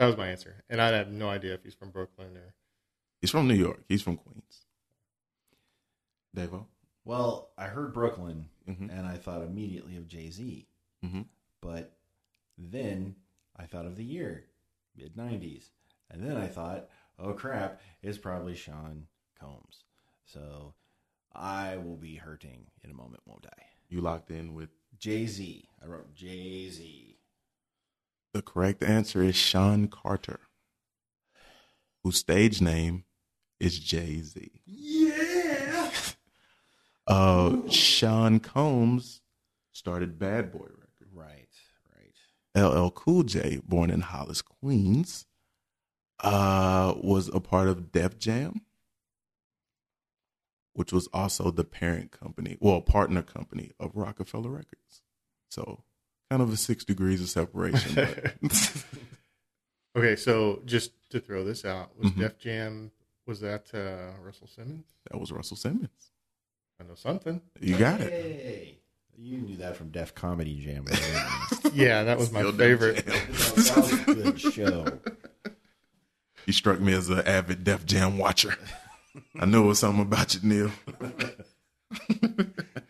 Speaker 3: That was my answer, and I have no idea if he's from Brooklyn or
Speaker 2: He's from New York. He's from Queens. Devo.
Speaker 1: Well, I heard Brooklyn
Speaker 2: Mhm.
Speaker 1: and I thought immediately of Jay Z.
Speaker 2: Mhm.
Speaker 1: But then I thought of the year, mid 90s. And then I thought, oh crap, it's probably Sean Combs. So I will be hurting in a moment, won't I?
Speaker 2: You locked in with
Speaker 1: Jay Z. I wrote Jay Z.
Speaker 2: the correct answer is Sean Carter, whose stage name is Jay Z.
Speaker 4: Yeah.
Speaker 2: Uh, Sean Combs started Bad Boy Records.
Speaker 1: Right, right.
Speaker 2: LL Cool J, born in Hollis, Queens, uh, was a part of Def Jam, which was also the parent company, well, partner company of Rockefeller Records. So, kind of a six degrees of separation. But
Speaker 3: okay. So just to throw this out, was
Speaker 2: Mhm.
Speaker 3: Def Jam was that uh, Russell Simmons?
Speaker 2: that was Russell Simmons.
Speaker 3: I know something.
Speaker 2: You got it.
Speaker 1: Hey, you knew that from Def Comedy Jam. didn't you?
Speaker 3: Yeah, that was my
Speaker 2: Still Def
Speaker 3: favorite.
Speaker 2: Jam.
Speaker 1: that was a good show.
Speaker 2: You struck me as an avid Def Jam watcher. I knew it was something about you, Neil.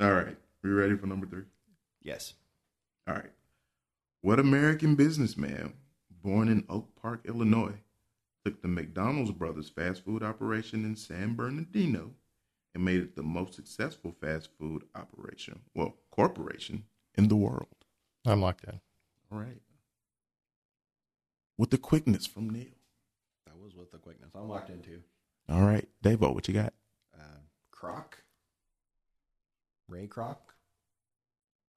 Speaker 4: All right. We ready for number three?
Speaker 1: Yes.
Speaker 2: All right. What American businessman born in Oak Park, Illinois, took the McDonald's brothers fast food operation in San Bernardino and made it the most successful fast food operation, well, corporation in the world?
Speaker 3: I'm locked in.
Speaker 2: All right. With the quickness from Neil.
Speaker 1: That was with the quickness. I'm locked into.
Speaker 2: All right. Davo, what you got?
Speaker 1: uh, Croc, Ray Croc.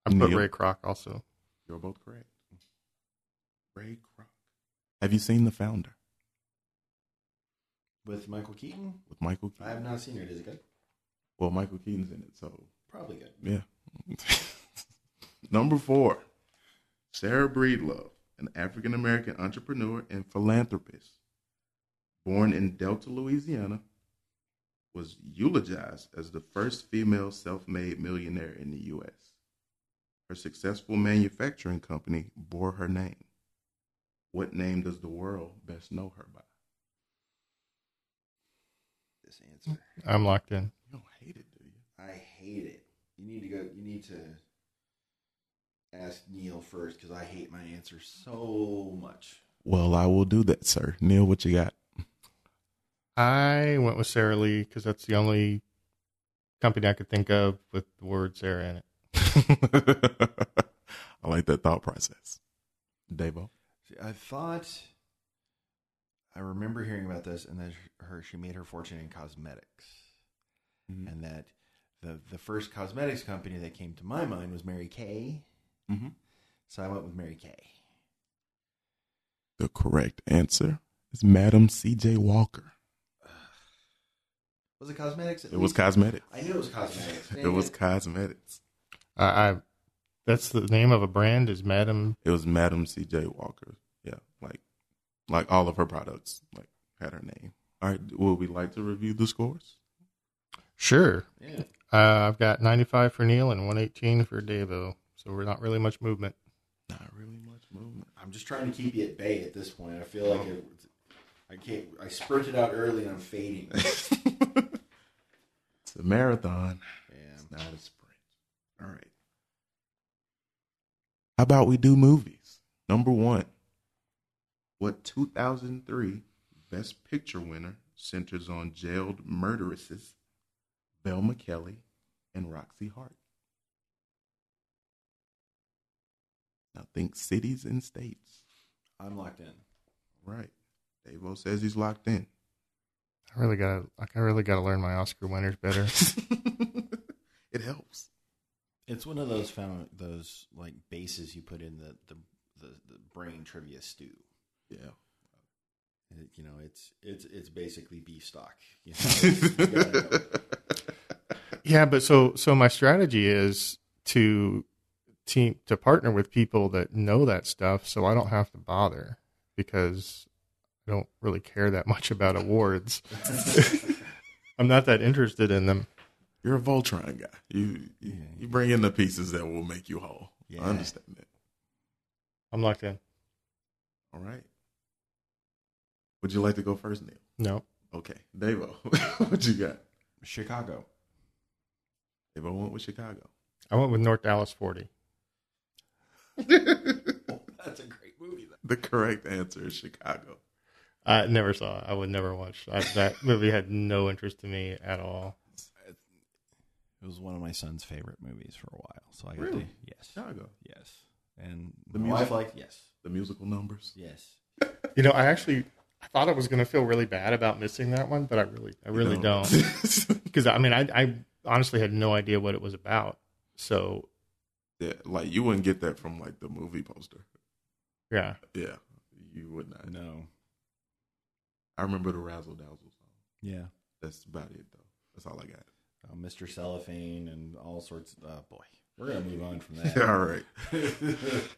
Speaker 3: I put
Speaker 2: Neil.
Speaker 3: Ray Kroc also.
Speaker 2: You're both correct. Ray Kroc. Have you seen The Founder
Speaker 1: with Michael Keaton.
Speaker 2: with Michael
Speaker 1: I
Speaker 2: Keaton?
Speaker 1: have not seen it. Is it good?
Speaker 2: Well, Michael Keaton's in it, so
Speaker 1: Probably good.
Speaker 2: Yeah. Number four, Sarah Breedlove, an African American entrepreneur and philanthropist. Born in Delta, Louisiana, was eulogized as the first female self made millionaire in the U.S. Her successful manufacturing company bore her name. What name does the world best know her by?
Speaker 1: This answer,
Speaker 3: I'm locked in.
Speaker 2: You don't hate it, do you?
Speaker 1: I hate it. You need to go. You need to ask Neil first because I hate my answer so much.
Speaker 2: Well, I will do that, sir. Neil, what you got?
Speaker 3: I went with Sarah Lee because that's the only company I could think of with the word Sarah in it.
Speaker 2: I like that thought process. Davo.
Speaker 1: See, I thought I remember hearing about this, and that her she made her fortune in cosmetics,
Speaker 2: Mhm.
Speaker 1: and that the the first cosmetics company that came to my mind was Mary Kay.
Speaker 2: Mhm.
Speaker 1: So I went with Mary Kay.
Speaker 2: The correct answer is Madam C.J. Walker.
Speaker 1: Was it cosmetics? at
Speaker 2: It was
Speaker 1: least?
Speaker 2: cosmetics.
Speaker 1: I knew it was cosmetics.
Speaker 2: It
Speaker 1: Dang
Speaker 2: was cosmetics.
Speaker 3: I, I that's the name of a brand is Madam.
Speaker 2: It was Madam C.J. Walker. Yeah, like like all of her products like had her name. All right, would we like to review the scores?
Speaker 3: Sure.
Speaker 1: Yeah.
Speaker 3: Uh, I've got 95 for Neil and 118 for Davo. So we're not really much movement.
Speaker 2: Not really much movement.
Speaker 1: I'm just trying to keep you at bay at this point. I feel
Speaker 2: Mm-hmm.
Speaker 1: like it, I can't. I sprinted out early and I'm fading.
Speaker 2: It's a marathon. It's
Speaker 1: Yeah.
Speaker 2: not a sprint. All right. How about we do movies? Number one. What 2003 Best Picture winner centers on jailed murderesses Velma Kelly and Roxy Hart? Now think cities and states.
Speaker 1: I'm locked in.
Speaker 2: Right. Davo says he's locked in.
Speaker 3: I really gotta, like, I really gotta learn my Oscar winners better.
Speaker 2: it helps.
Speaker 1: It's one of those found those like bases you put in the the the, the brain trivia stew.
Speaker 2: Yeah.
Speaker 1: It- you know, it's it's it's basically beef stock. You know, it's- you gotta know it.
Speaker 3: Yeah, but so so my strategy is to team to partner with people that know that stuff, so I don't have to bother because I don't really care that much about awards. I'm not that interested in them.
Speaker 2: You're a Voltron guy. You you,
Speaker 1: Yeah.
Speaker 2: you bring in the pieces that will make you whole.
Speaker 1: Yeah.
Speaker 2: I understand that.
Speaker 3: I'm locked in.
Speaker 2: All right. Would you like to go first, Neil?
Speaker 3: No,
Speaker 2: Okay, Devo, what you got?
Speaker 1: Chicago.
Speaker 2: Devo went with Chicago.
Speaker 3: I went with North Dallas 40.
Speaker 1: Oh, That's a great movie. Though.
Speaker 2: The correct answer is Chicago.
Speaker 3: I never saw it. I would never watch I, that movie. Had no interest to me at all.
Speaker 1: It was one of my son's favorite movies for a while. So I got
Speaker 2: Really?
Speaker 1: to, yes,
Speaker 2: Chicago.
Speaker 1: yes, and
Speaker 2: The
Speaker 1: my
Speaker 2: music-
Speaker 1: wife liked yes,
Speaker 2: The musical numbers.
Speaker 1: yes.
Speaker 3: You know, I actually I thought I was going to feel really bad about missing that one, but I really I really don't. because I mean, I, I honestly had no idea what it was about. So
Speaker 2: yeah, like you wouldn't get that from like the movie poster.
Speaker 3: yeah,
Speaker 2: Yeah, you would not.
Speaker 1: No,
Speaker 2: I remember the razzle dazzle song.
Speaker 1: yeah.
Speaker 2: That's about it though. That's all I got.
Speaker 1: Uh, Mr. Cellophane and all sorts. Of, uh, boy, we're gonna move on from that.
Speaker 2: all right.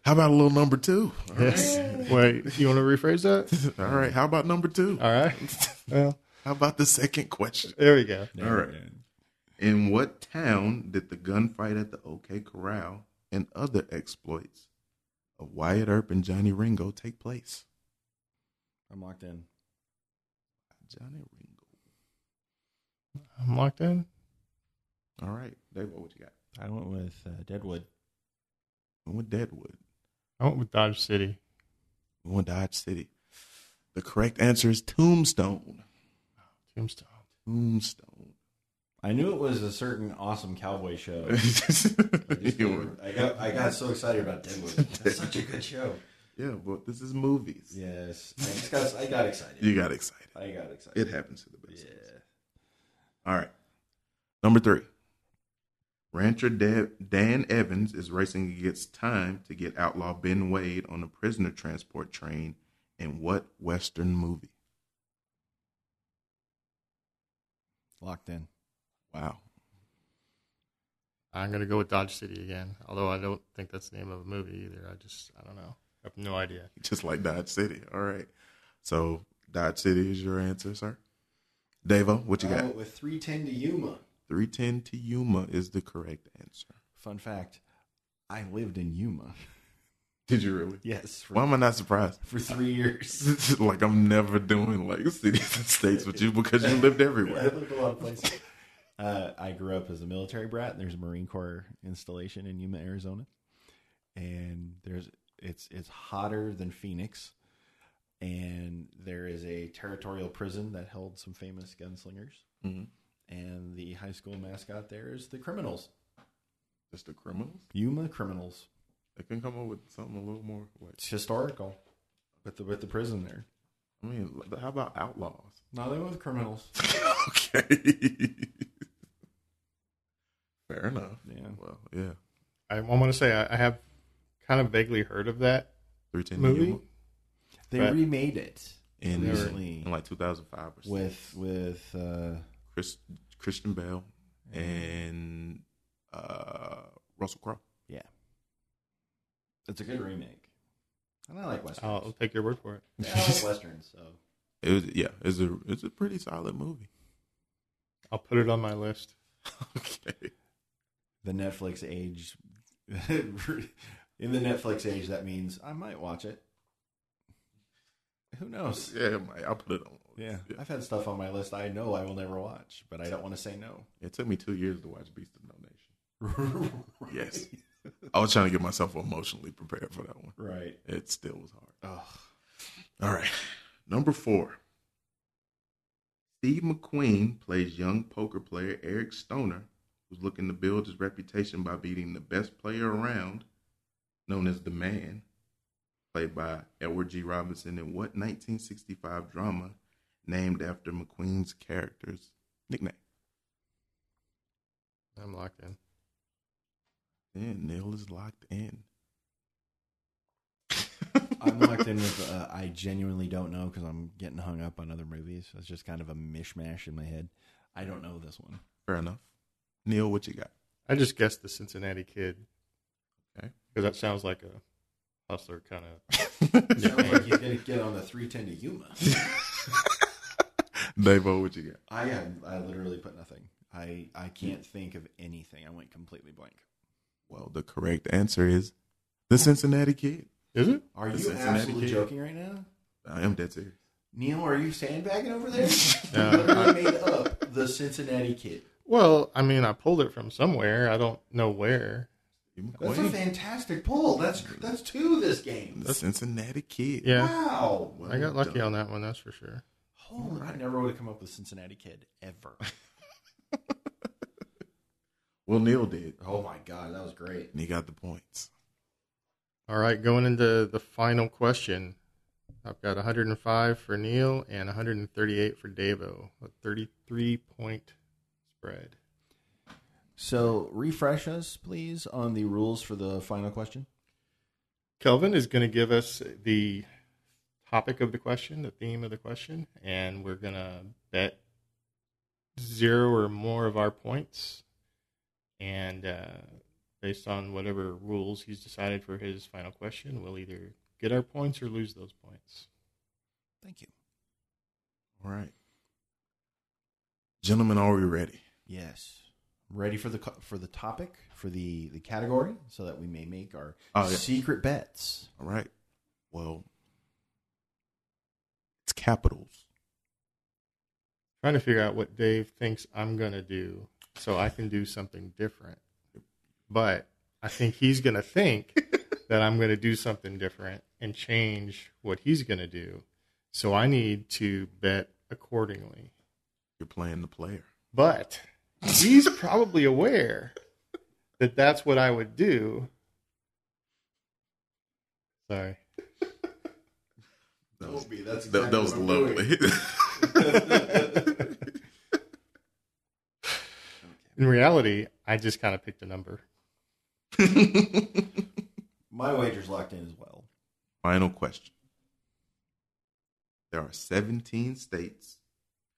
Speaker 2: How about a little number two? All
Speaker 3: Yes. Wait, you want to rephrase that?
Speaker 2: right. All right. How about number two?
Speaker 3: All right. Well,
Speaker 2: How about the second question?
Speaker 3: there we go.
Speaker 1: Never
Speaker 2: All right.
Speaker 1: again.
Speaker 2: In what town did the gunfight at the OK Corral and other exploits of Wyatt Earp and Johnny Ringo take place?
Speaker 1: I'm locked in.
Speaker 2: Johnny Ringo.
Speaker 3: I'm locked in.
Speaker 2: All right, Dave, what you got?
Speaker 1: I went with uh, Deadwood.
Speaker 2: We went Deadwood.
Speaker 3: I went with Dodge City.
Speaker 2: We went Dodge City. The correct answer is Tombstone.
Speaker 3: Tombstone.
Speaker 2: Tombstone.
Speaker 1: I knew it was a certain awesome cowboy show. I, just-
Speaker 2: yeah,
Speaker 1: I got I got so excited about Deadwood. That's such a good show.
Speaker 2: but this is movies.
Speaker 1: Yes, I just got I got excited.
Speaker 2: You got excited.
Speaker 1: I got excited.
Speaker 2: It happens to the best.
Speaker 1: yeah.
Speaker 2: of us. All right. Number three. Rancher Da- Dan Evans is racing against time to get outlaw Ben Wade on a prisoner transport train in what Western movie?
Speaker 1: Locked in.
Speaker 2: Wow.
Speaker 3: I'm gonna go with Dodge City again. Although I don't think that's the name of a movie either. I just I don't know. I have no idea.
Speaker 2: Just like Dodge City. All right. So Dodge City is your answer, sir. Devo, what you
Speaker 1: I
Speaker 2: got?
Speaker 1: went with 310 to Yuma.
Speaker 2: 310 to Yuma is the correct answer.
Speaker 1: Fun fact: I lived in Yuma.
Speaker 2: Did you really?
Speaker 1: Yes, for,
Speaker 2: Why am I not surprised?
Speaker 1: for three years.
Speaker 2: like I'm never doing like cities and states with you because you lived
Speaker 1: I
Speaker 2: everywhere.
Speaker 1: lived a lot of places. Uh, I grew up as a military brat. and There's a Marine Corps installation in Yuma, Arizona, and there's it's it's hotter than Phoenix, and there is a territorial prison that held some famous gunslingers,
Speaker 2: Mhm.
Speaker 1: and the high school mascot there is the criminals,
Speaker 2: Just the criminals.
Speaker 1: Yuma criminals.
Speaker 2: They can come up with something a little more like.
Speaker 1: It's historical with the with the prison there.
Speaker 2: I mean, how about outlaws?
Speaker 1: No, they were the criminals.
Speaker 2: okay. Fair enough.
Speaker 1: Yeah,
Speaker 2: Well, yeah.
Speaker 3: I, I want to say I, I have kind of vaguely heard of that
Speaker 2: Three ten
Speaker 3: movie.
Speaker 1: they
Speaker 3: But-
Speaker 1: remade it
Speaker 2: in
Speaker 1: Recently.
Speaker 2: in like 2005 or something.
Speaker 1: with with. Uh,
Speaker 2: Chris, Christian Bale and uh, Russell Crowe.
Speaker 1: Yeah. It's a good remake. And I like Westerns.
Speaker 3: I'll take your word for it.
Speaker 1: Yeah, I like Westerns, so.
Speaker 2: It was yeah. It's a it's a pretty solid movie.
Speaker 3: I'll put it on my list.
Speaker 2: okay.
Speaker 1: The Netflix age. In the Netflix age, that means I might watch it. Who knows?
Speaker 2: Yeah, Mike, I'll put it on.
Speaker 1: Yeah. I've had stuff on my list I know I will never watch, but I don't want to say no.
Speaker 2: It took me two years to watch Beast of No Nation. Yes. I was trying to get myself emotionally prepared for that one.
Speaker 1: Right.
Speaker 2: It still was hard.
Speaker 1: Ugh.
Speaker 2: All right. Number four. Steve McQueen plays young poker player Eric Stoner, who's looking to build his reputation by beating the best player around, known as the man, played by Edward G. Robinson in what 1965 drama named after McQueen's character's nickname?
Speaker 3: I'm locked in.
Speaker 2: in. Neil is locked in.
Speaker 1: I'm locked in with uh, I genuinely don't know because I'm getting hung up on other movies. It's just kind of a mishmash in my head. I don't know this one.
Speaker 2: Fair enough. Neil, what you got?
Speaker 3: I just guessed the Cincinnati Kid.
Speaker 2: Okay.
Speaker 3: Because that sounds like a hustler kind of.
Speaker 1: Sounds like he's gonna get on the 310 to Yuma.
Speaker 2: Davo, what you got?
Speaker 1: I am, I literally put nothing. I I can't think of anything. I went completely blank.
Speaker 2: Well, the correct answer is the Cincinnati Kid.
Speaker 3: Is it?
Speaker 1: Are
Speaker 2: The
Speaker 1: you
Speaker 2: Cincinnati
Speaker 1: absolutely
Speaker 2: Kid.
Speaker 1: joking right now?
Speaker 2: I am dead serious.
Speaker 1: Neil, are you sandbagging over there?
Speaker 3: No,
Speaker 1: you literally made up the Cincinnati Kid.
Speaker 3: Well, I mean, I pulled it from somewhere. I don't know where.
Speaker 2: Steve
Speaker 1: That's a
Speaker 2: McQueen,
Speaker 1: fantastic pull. That's that's two this game.
Speaker 2: the Cincinnati Kid.
Speaker 3: Yeah.
Speaker 1: Wow.
Speaker 2: Well
Speaker 3: I got lucky
Speaker 2: done.
Speaker 3: on that one, that's for sure.
Speaker 1: Holy, I never would have come up with Cincinnati Kid ever.
Speaker 2: Well, Neil did,
Speaker 1: oh my god, that was great.
Speaker 2: and he got the points.
Speaker 3: All right, going into the final question. I've got 105 for Neil and 138 for Davo. A 33 point spread.
Speaker 1: So refresh us, please, on the rules for the final question.
Speaker 3: Kelvin is going to give us the topic of the question, the theme of the question, and we're going to bet zero or more of our points. And uh, based on whatever rules he's decided for his final question, we'll either get our points or lose those points.
Speaker 1: Thank you.
Speaker 2: All right, gentlemen, are we ready?
Speaker 1: Yes. Ready for the co- for the topic for the the category so that we may make our
Speaker 2: Oh, yeah.
Speaker 1: secret bets.
Speaker 2: All right. Well, it's capitals.
Speaker 3: Trying to figure out what Dave thinks I'm going to do so I can do something different. But I think he's going to think that I'm going to do something different and change what he's going to do. So I need to bet accordingly.
Speaker 2: You're playing the player.
Speaker 3: But he's probably aware that that's what I would do. Sorry.
Speaker 2: That
Speaker 1: Don't be, that's
Speaker 2: that- that
Speaker 1: exactly
Speaker 2: was
Speaker 1: what I'm doing.
Speaker 2: lovely.
Speaker 3: In reality, I just kind of picked a number.
Speaker 1: My wager's locked in as well.
Speaker 2: Final question. There are 17 states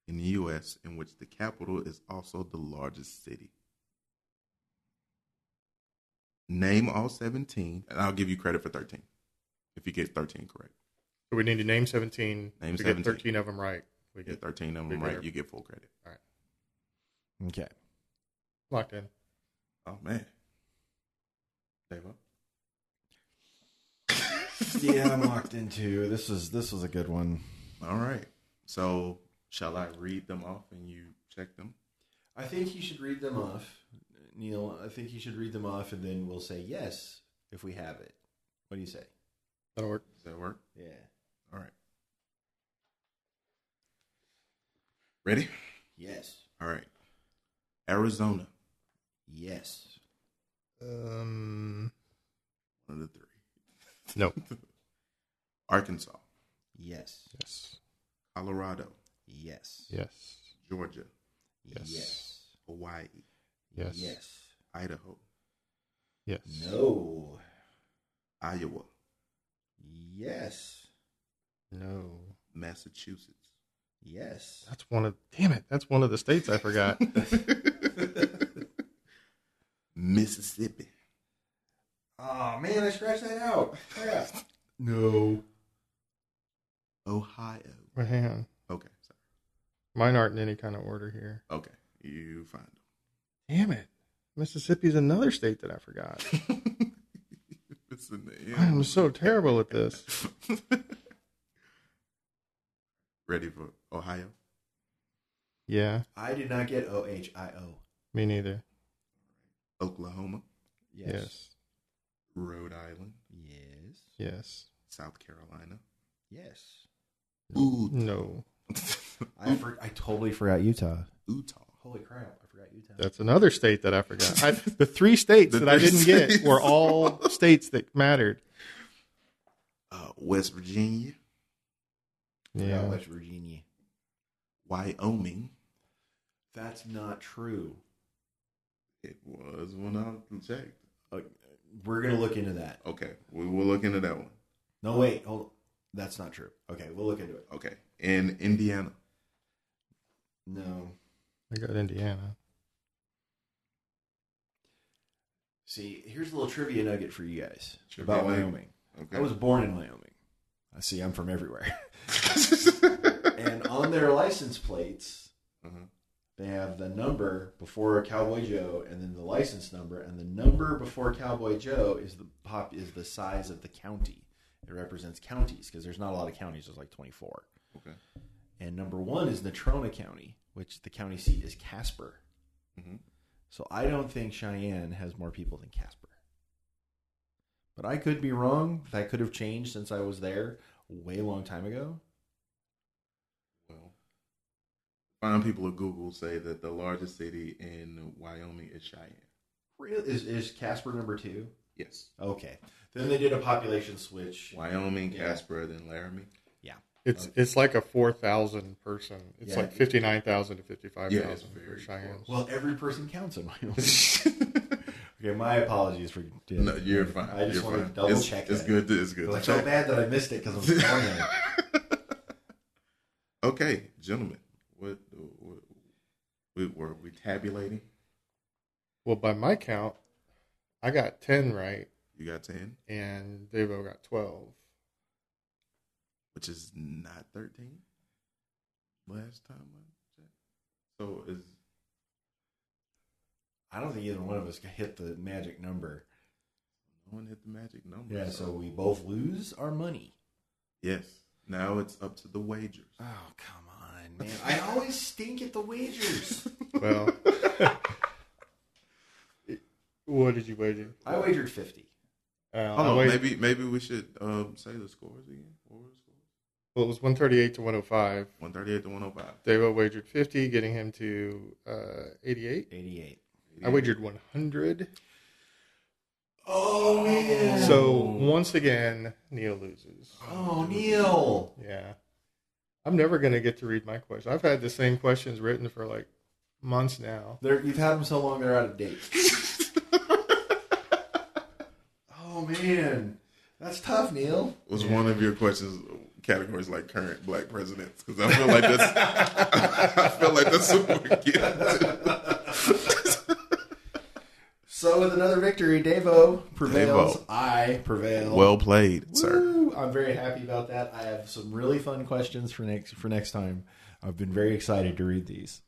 Speaker 2: in the U.S. in which the capital is also the largest city. Name all 17, and I'll give you credit for 13 if you get 13 correct.
Speaker 3: So we need to name 17.
Speaker 2: Name
Speaker 3: we
Speaker 2: 17.
Speaker 3: get 13 of them right. We
Speaker 2: You get
Speaker 3: get
Speaker 2: 13 of
Speaker 3: We
Speaker 2: them
Speaker 3: did
Speaker 2: right,
Speaker 3: it.
Speaker 2: you get full credit.
Speaker 1: Okay.
Speaker 3: locked in.
Speaker 2: Oh, man. Dave, up.
Speaker 1: yeah, I'm locked into this is this was a good one.
Speaker 2: All right. So, shall I read them off and you check them?
Speaker 1: I think you should read them off, Neil. I think you should read them off, and then we'll say yes if we have it. What do you say?
Speaker 3: That'll work.
Speaker 2: Does that work?
Speaker 1: Yeah.
Speaker 2: All right. Ready?
Speaker 1: Yes.
Speaker 2: All right. Arizona,
Speaker 1: Yes.
Speaker 3: Um,
Speaker 2: one of the three.
Speaker 3: no.
Speaker 2: Arkansas,
Speaker 1: Yes.
Speaker 3: yes.
Speaker 2: Colorado,
Speaker 1: Yes.
Speaker 3: Yes.
Speaker 2: Georgia,
Speaker 1: Yes.
Speaker 3: Yes.
Speaker 2: Hawaii,
Speaker 3: Yes.
Speaker 1: Yes.
Speaker 2: Idaho,
Speaker 3: Yes.
Speaker 1: No.
Speaker 2: Iowa,
Speaker 1: Yes.
Speaker 3: No.
Speaker 2: Massachusetts,
Speaker 1: Yes.
Speaker 3: That's one of. Damn it! That's one of the states I forgot.
Speaker 2: Mississippi,
Speaker 1: Oh man, I scratched that out. No.
Speaker 2: Ohio.
Speaker 3: But hang on.
Speaker 2: Okay, sorry.
Speaker 3: Mine aren't in any kind of order here.
Speaker 2: Okay, you find them.
Speaker 3: Damn it! Mississippi's another state that I forgot.
Speaker 2: It's in the
Speaker 3: I am
Speaker 2: end.
Speaker 3: so terrible at this.
Speaker 2: Ready for Ohio?
Speaker 3: Yeah,
Speaker 1: I did not get O H I O.
Speaker 3: me neither.
Speaker 2: Oklahoma,
Speaker 1: Yes.
Speaker 3: Yes.
Speaker 2: Rhode Island,
Speaker 1: Yes.
Speaker 3: Yes.
Speaker 2: South Carolina.
Speaker 1: Yes.
Speaker 2: Ooh.
Speaker 3: No.
Speaker 1: I for, I totally forgot Utah.
Speaker 2: Utah.
Speaker 1: Mm. Holy crap! I forgot Utah.
Speaker 3: That's another state that I forgot. I, the three states
Speaker 2: The
Speaker 3: that I
Speaker 2: three
Speaker 3: didn't
Speaker 2: states.
Speaker 3: get were all states that mattered.
Speaker 2: Uh, West Virginia,
Speaker 1: Forgot
Speaker 3: Yeah.
Speaker 1: West Virginia.
Speaker 2: Wyoming.
Speaker 1: That's not true.
Speaker 2: It was when I checked.
Speaker 1: We're gonna look into that.
Speaker 2: Okay, we will look into that one.
Speaker 1: No, wait, hold. That's not true. Okay, we'll look into it.
Speaker 2: Okay, in Indiana,
Speaker 1: No,
Speaker 3: I got Indiana.
Speaker 1: see, here's a little trivia nugget for you guys
Speaker 2: Trivia
Speaker 1: about
Speaker 2: nugget.
Speaker 1: Wyoming.
Speaker 2: okay,
Speaker 1: I was born in Wyoming. I see. I'm from everywhere. and on their license plates,
Speaker 2: Uh-huh.
Speaker 1: they have the number before Cowboy Joe, and then the license number, and the number before Cowboy Joe is the pop is the size of the county. It represents counties because there's not a lot of counties. There's like 24.
Speaker 2: Okay.
Speaker 1: And number one is Natrona County, which the county seat is Casper.
Speaker 2: Mhm.
Speaker 1: So I don't think Cheyenne has more people than Casper. But I could be wrong. That could have changed since I was there way long time ago.
Speaker 2: well, fine people at Google say that the largest city in Wyoming is Cheyenne.
Speaker 1: Really? Is, is Casper number two?
Speaker 2: Yes,
Speaker 1: Okay. Then they did a population switch.
Speaker 2: Wyoming,
Speaker 1: Yeah.
Speaker 2: Casper, then Laramie.
Speaker 3: It's it's like a four thousand person. It's
Speaker 1: Yeah.
Speaker 3: like fifty nine thousand to fifty five
Speaker 2: Yeah, it's
Speaker 3: thousand for
Speaker 2: very
Speaker 3: Cheyenne.
Speaker 2: close.
Speaker 1: Well, every person counts in Wyoming. okay, my apologies for.
Speaker 2: No, you're fine.
Speaker 1: I just
Speaker 2: you're
Speaker 1: wanted
Speaker 2: fine.
Speaker 1: to double
Speaker 2: it's,
Speaker 1: check
Speaker 2: It's
Speaker 1: that.
Speaker 2: good. To, it's
Speaker 1: I
Speaker 2: good. to
Speaker 1: felt so
Speaker 2: check.
Speaker 1: bad that I missed it because I was born there.
Speaker 2: Okay, gentlemen, what, what we were we tabulating?
Speaker 3: Well, by my count, I got ten right,
Speaker 2: You got ten,
Speaker 3: and Devo got twelve.
Speaker 2: which is not thirteen. Last time I checked, so is
Speaker 1: I don't think either one of us hit the magic number.
Speaker 2: no one hit the magic number?
Speaker 1: Yeah, so we both lose our money.
Speaker 2: yes. Now it's up to the wagers.
Speaker 1: Oh, come on, man. I always stink at the wagers.
Speaker 3: Well, what did you wager?
Speaker 1: I wagered 50.
Speaker 3: Uh,
Speaker 2: Hold
Speaker 3: I
Speaker 2: on,
Speaker 3: wag-
Speaker 2: maybe maybe we should um, say the scores again. What were the scores?
Speaker 3: Well, it was one thirty eight to one hundred five.
Speaker 2: One thirty-eight to one hundred five.
Speaker 3: Devo wagered fifty, getting him to uh, eighty eight.
Speaker 1: 88.
Speaker 3: I wagered one hundred.
Speaker 1: Oh, man.
Speaker 3: So once again, Neil loses.
Speaker 1: oh, Neil.
Speaker 3: Yeah. I'm never going to get to read my question. I've had the same questions written for like months now.
Speaker 1: They're, you've had them so long, they're out of date. oh, man. That's tough, Neil.
Speaker 2: Was one of your questions categories like current black presidents? Because I feel like that's I feel like that's what we're getting to.
Speaker 1: So, with another victory, Davo prevails.
Speaker 2: Devo.
Speaker 1: I prevail.
Speaker 2: Well played, sir.
Speaker 1: Woo! I'm very happy about that. I have some really fun questions for next for next time. I've been very excited to read these.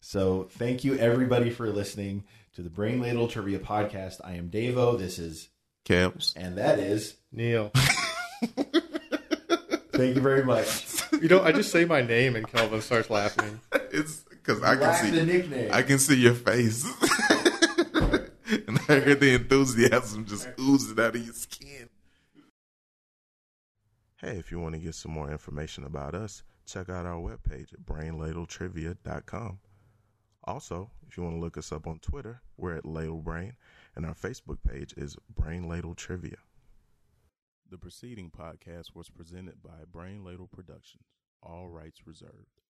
Speaker 1: So thank you everybody for listening to the Brain Ladle Trivia Podcast. I am Davo. This is
Speaker 2: Caps.
Speaker 1: and that is.
Speaker 3: Neil.
Speaker 1: Thank you very much.
Speaker 3: you know, I just say my name and Kelvin starts laughing.
Speaker 2: It's because I can
Speaker 1: Lack the
Speaker 2: see
Speaker 1: nickname.
Speaker 2: I can see your face, and I heard the enthusiasm just oozing out of your skin. Hey, if you want to get some more information about us, check out our webpage at brainladletrivia.com. Also, if you want to look us up on Twitter, we're at LadleBrain, and our Facebook page is Brain Ladle Trivia. The preceding podcast was presented by Brain Ladle Productions, all rights reserved.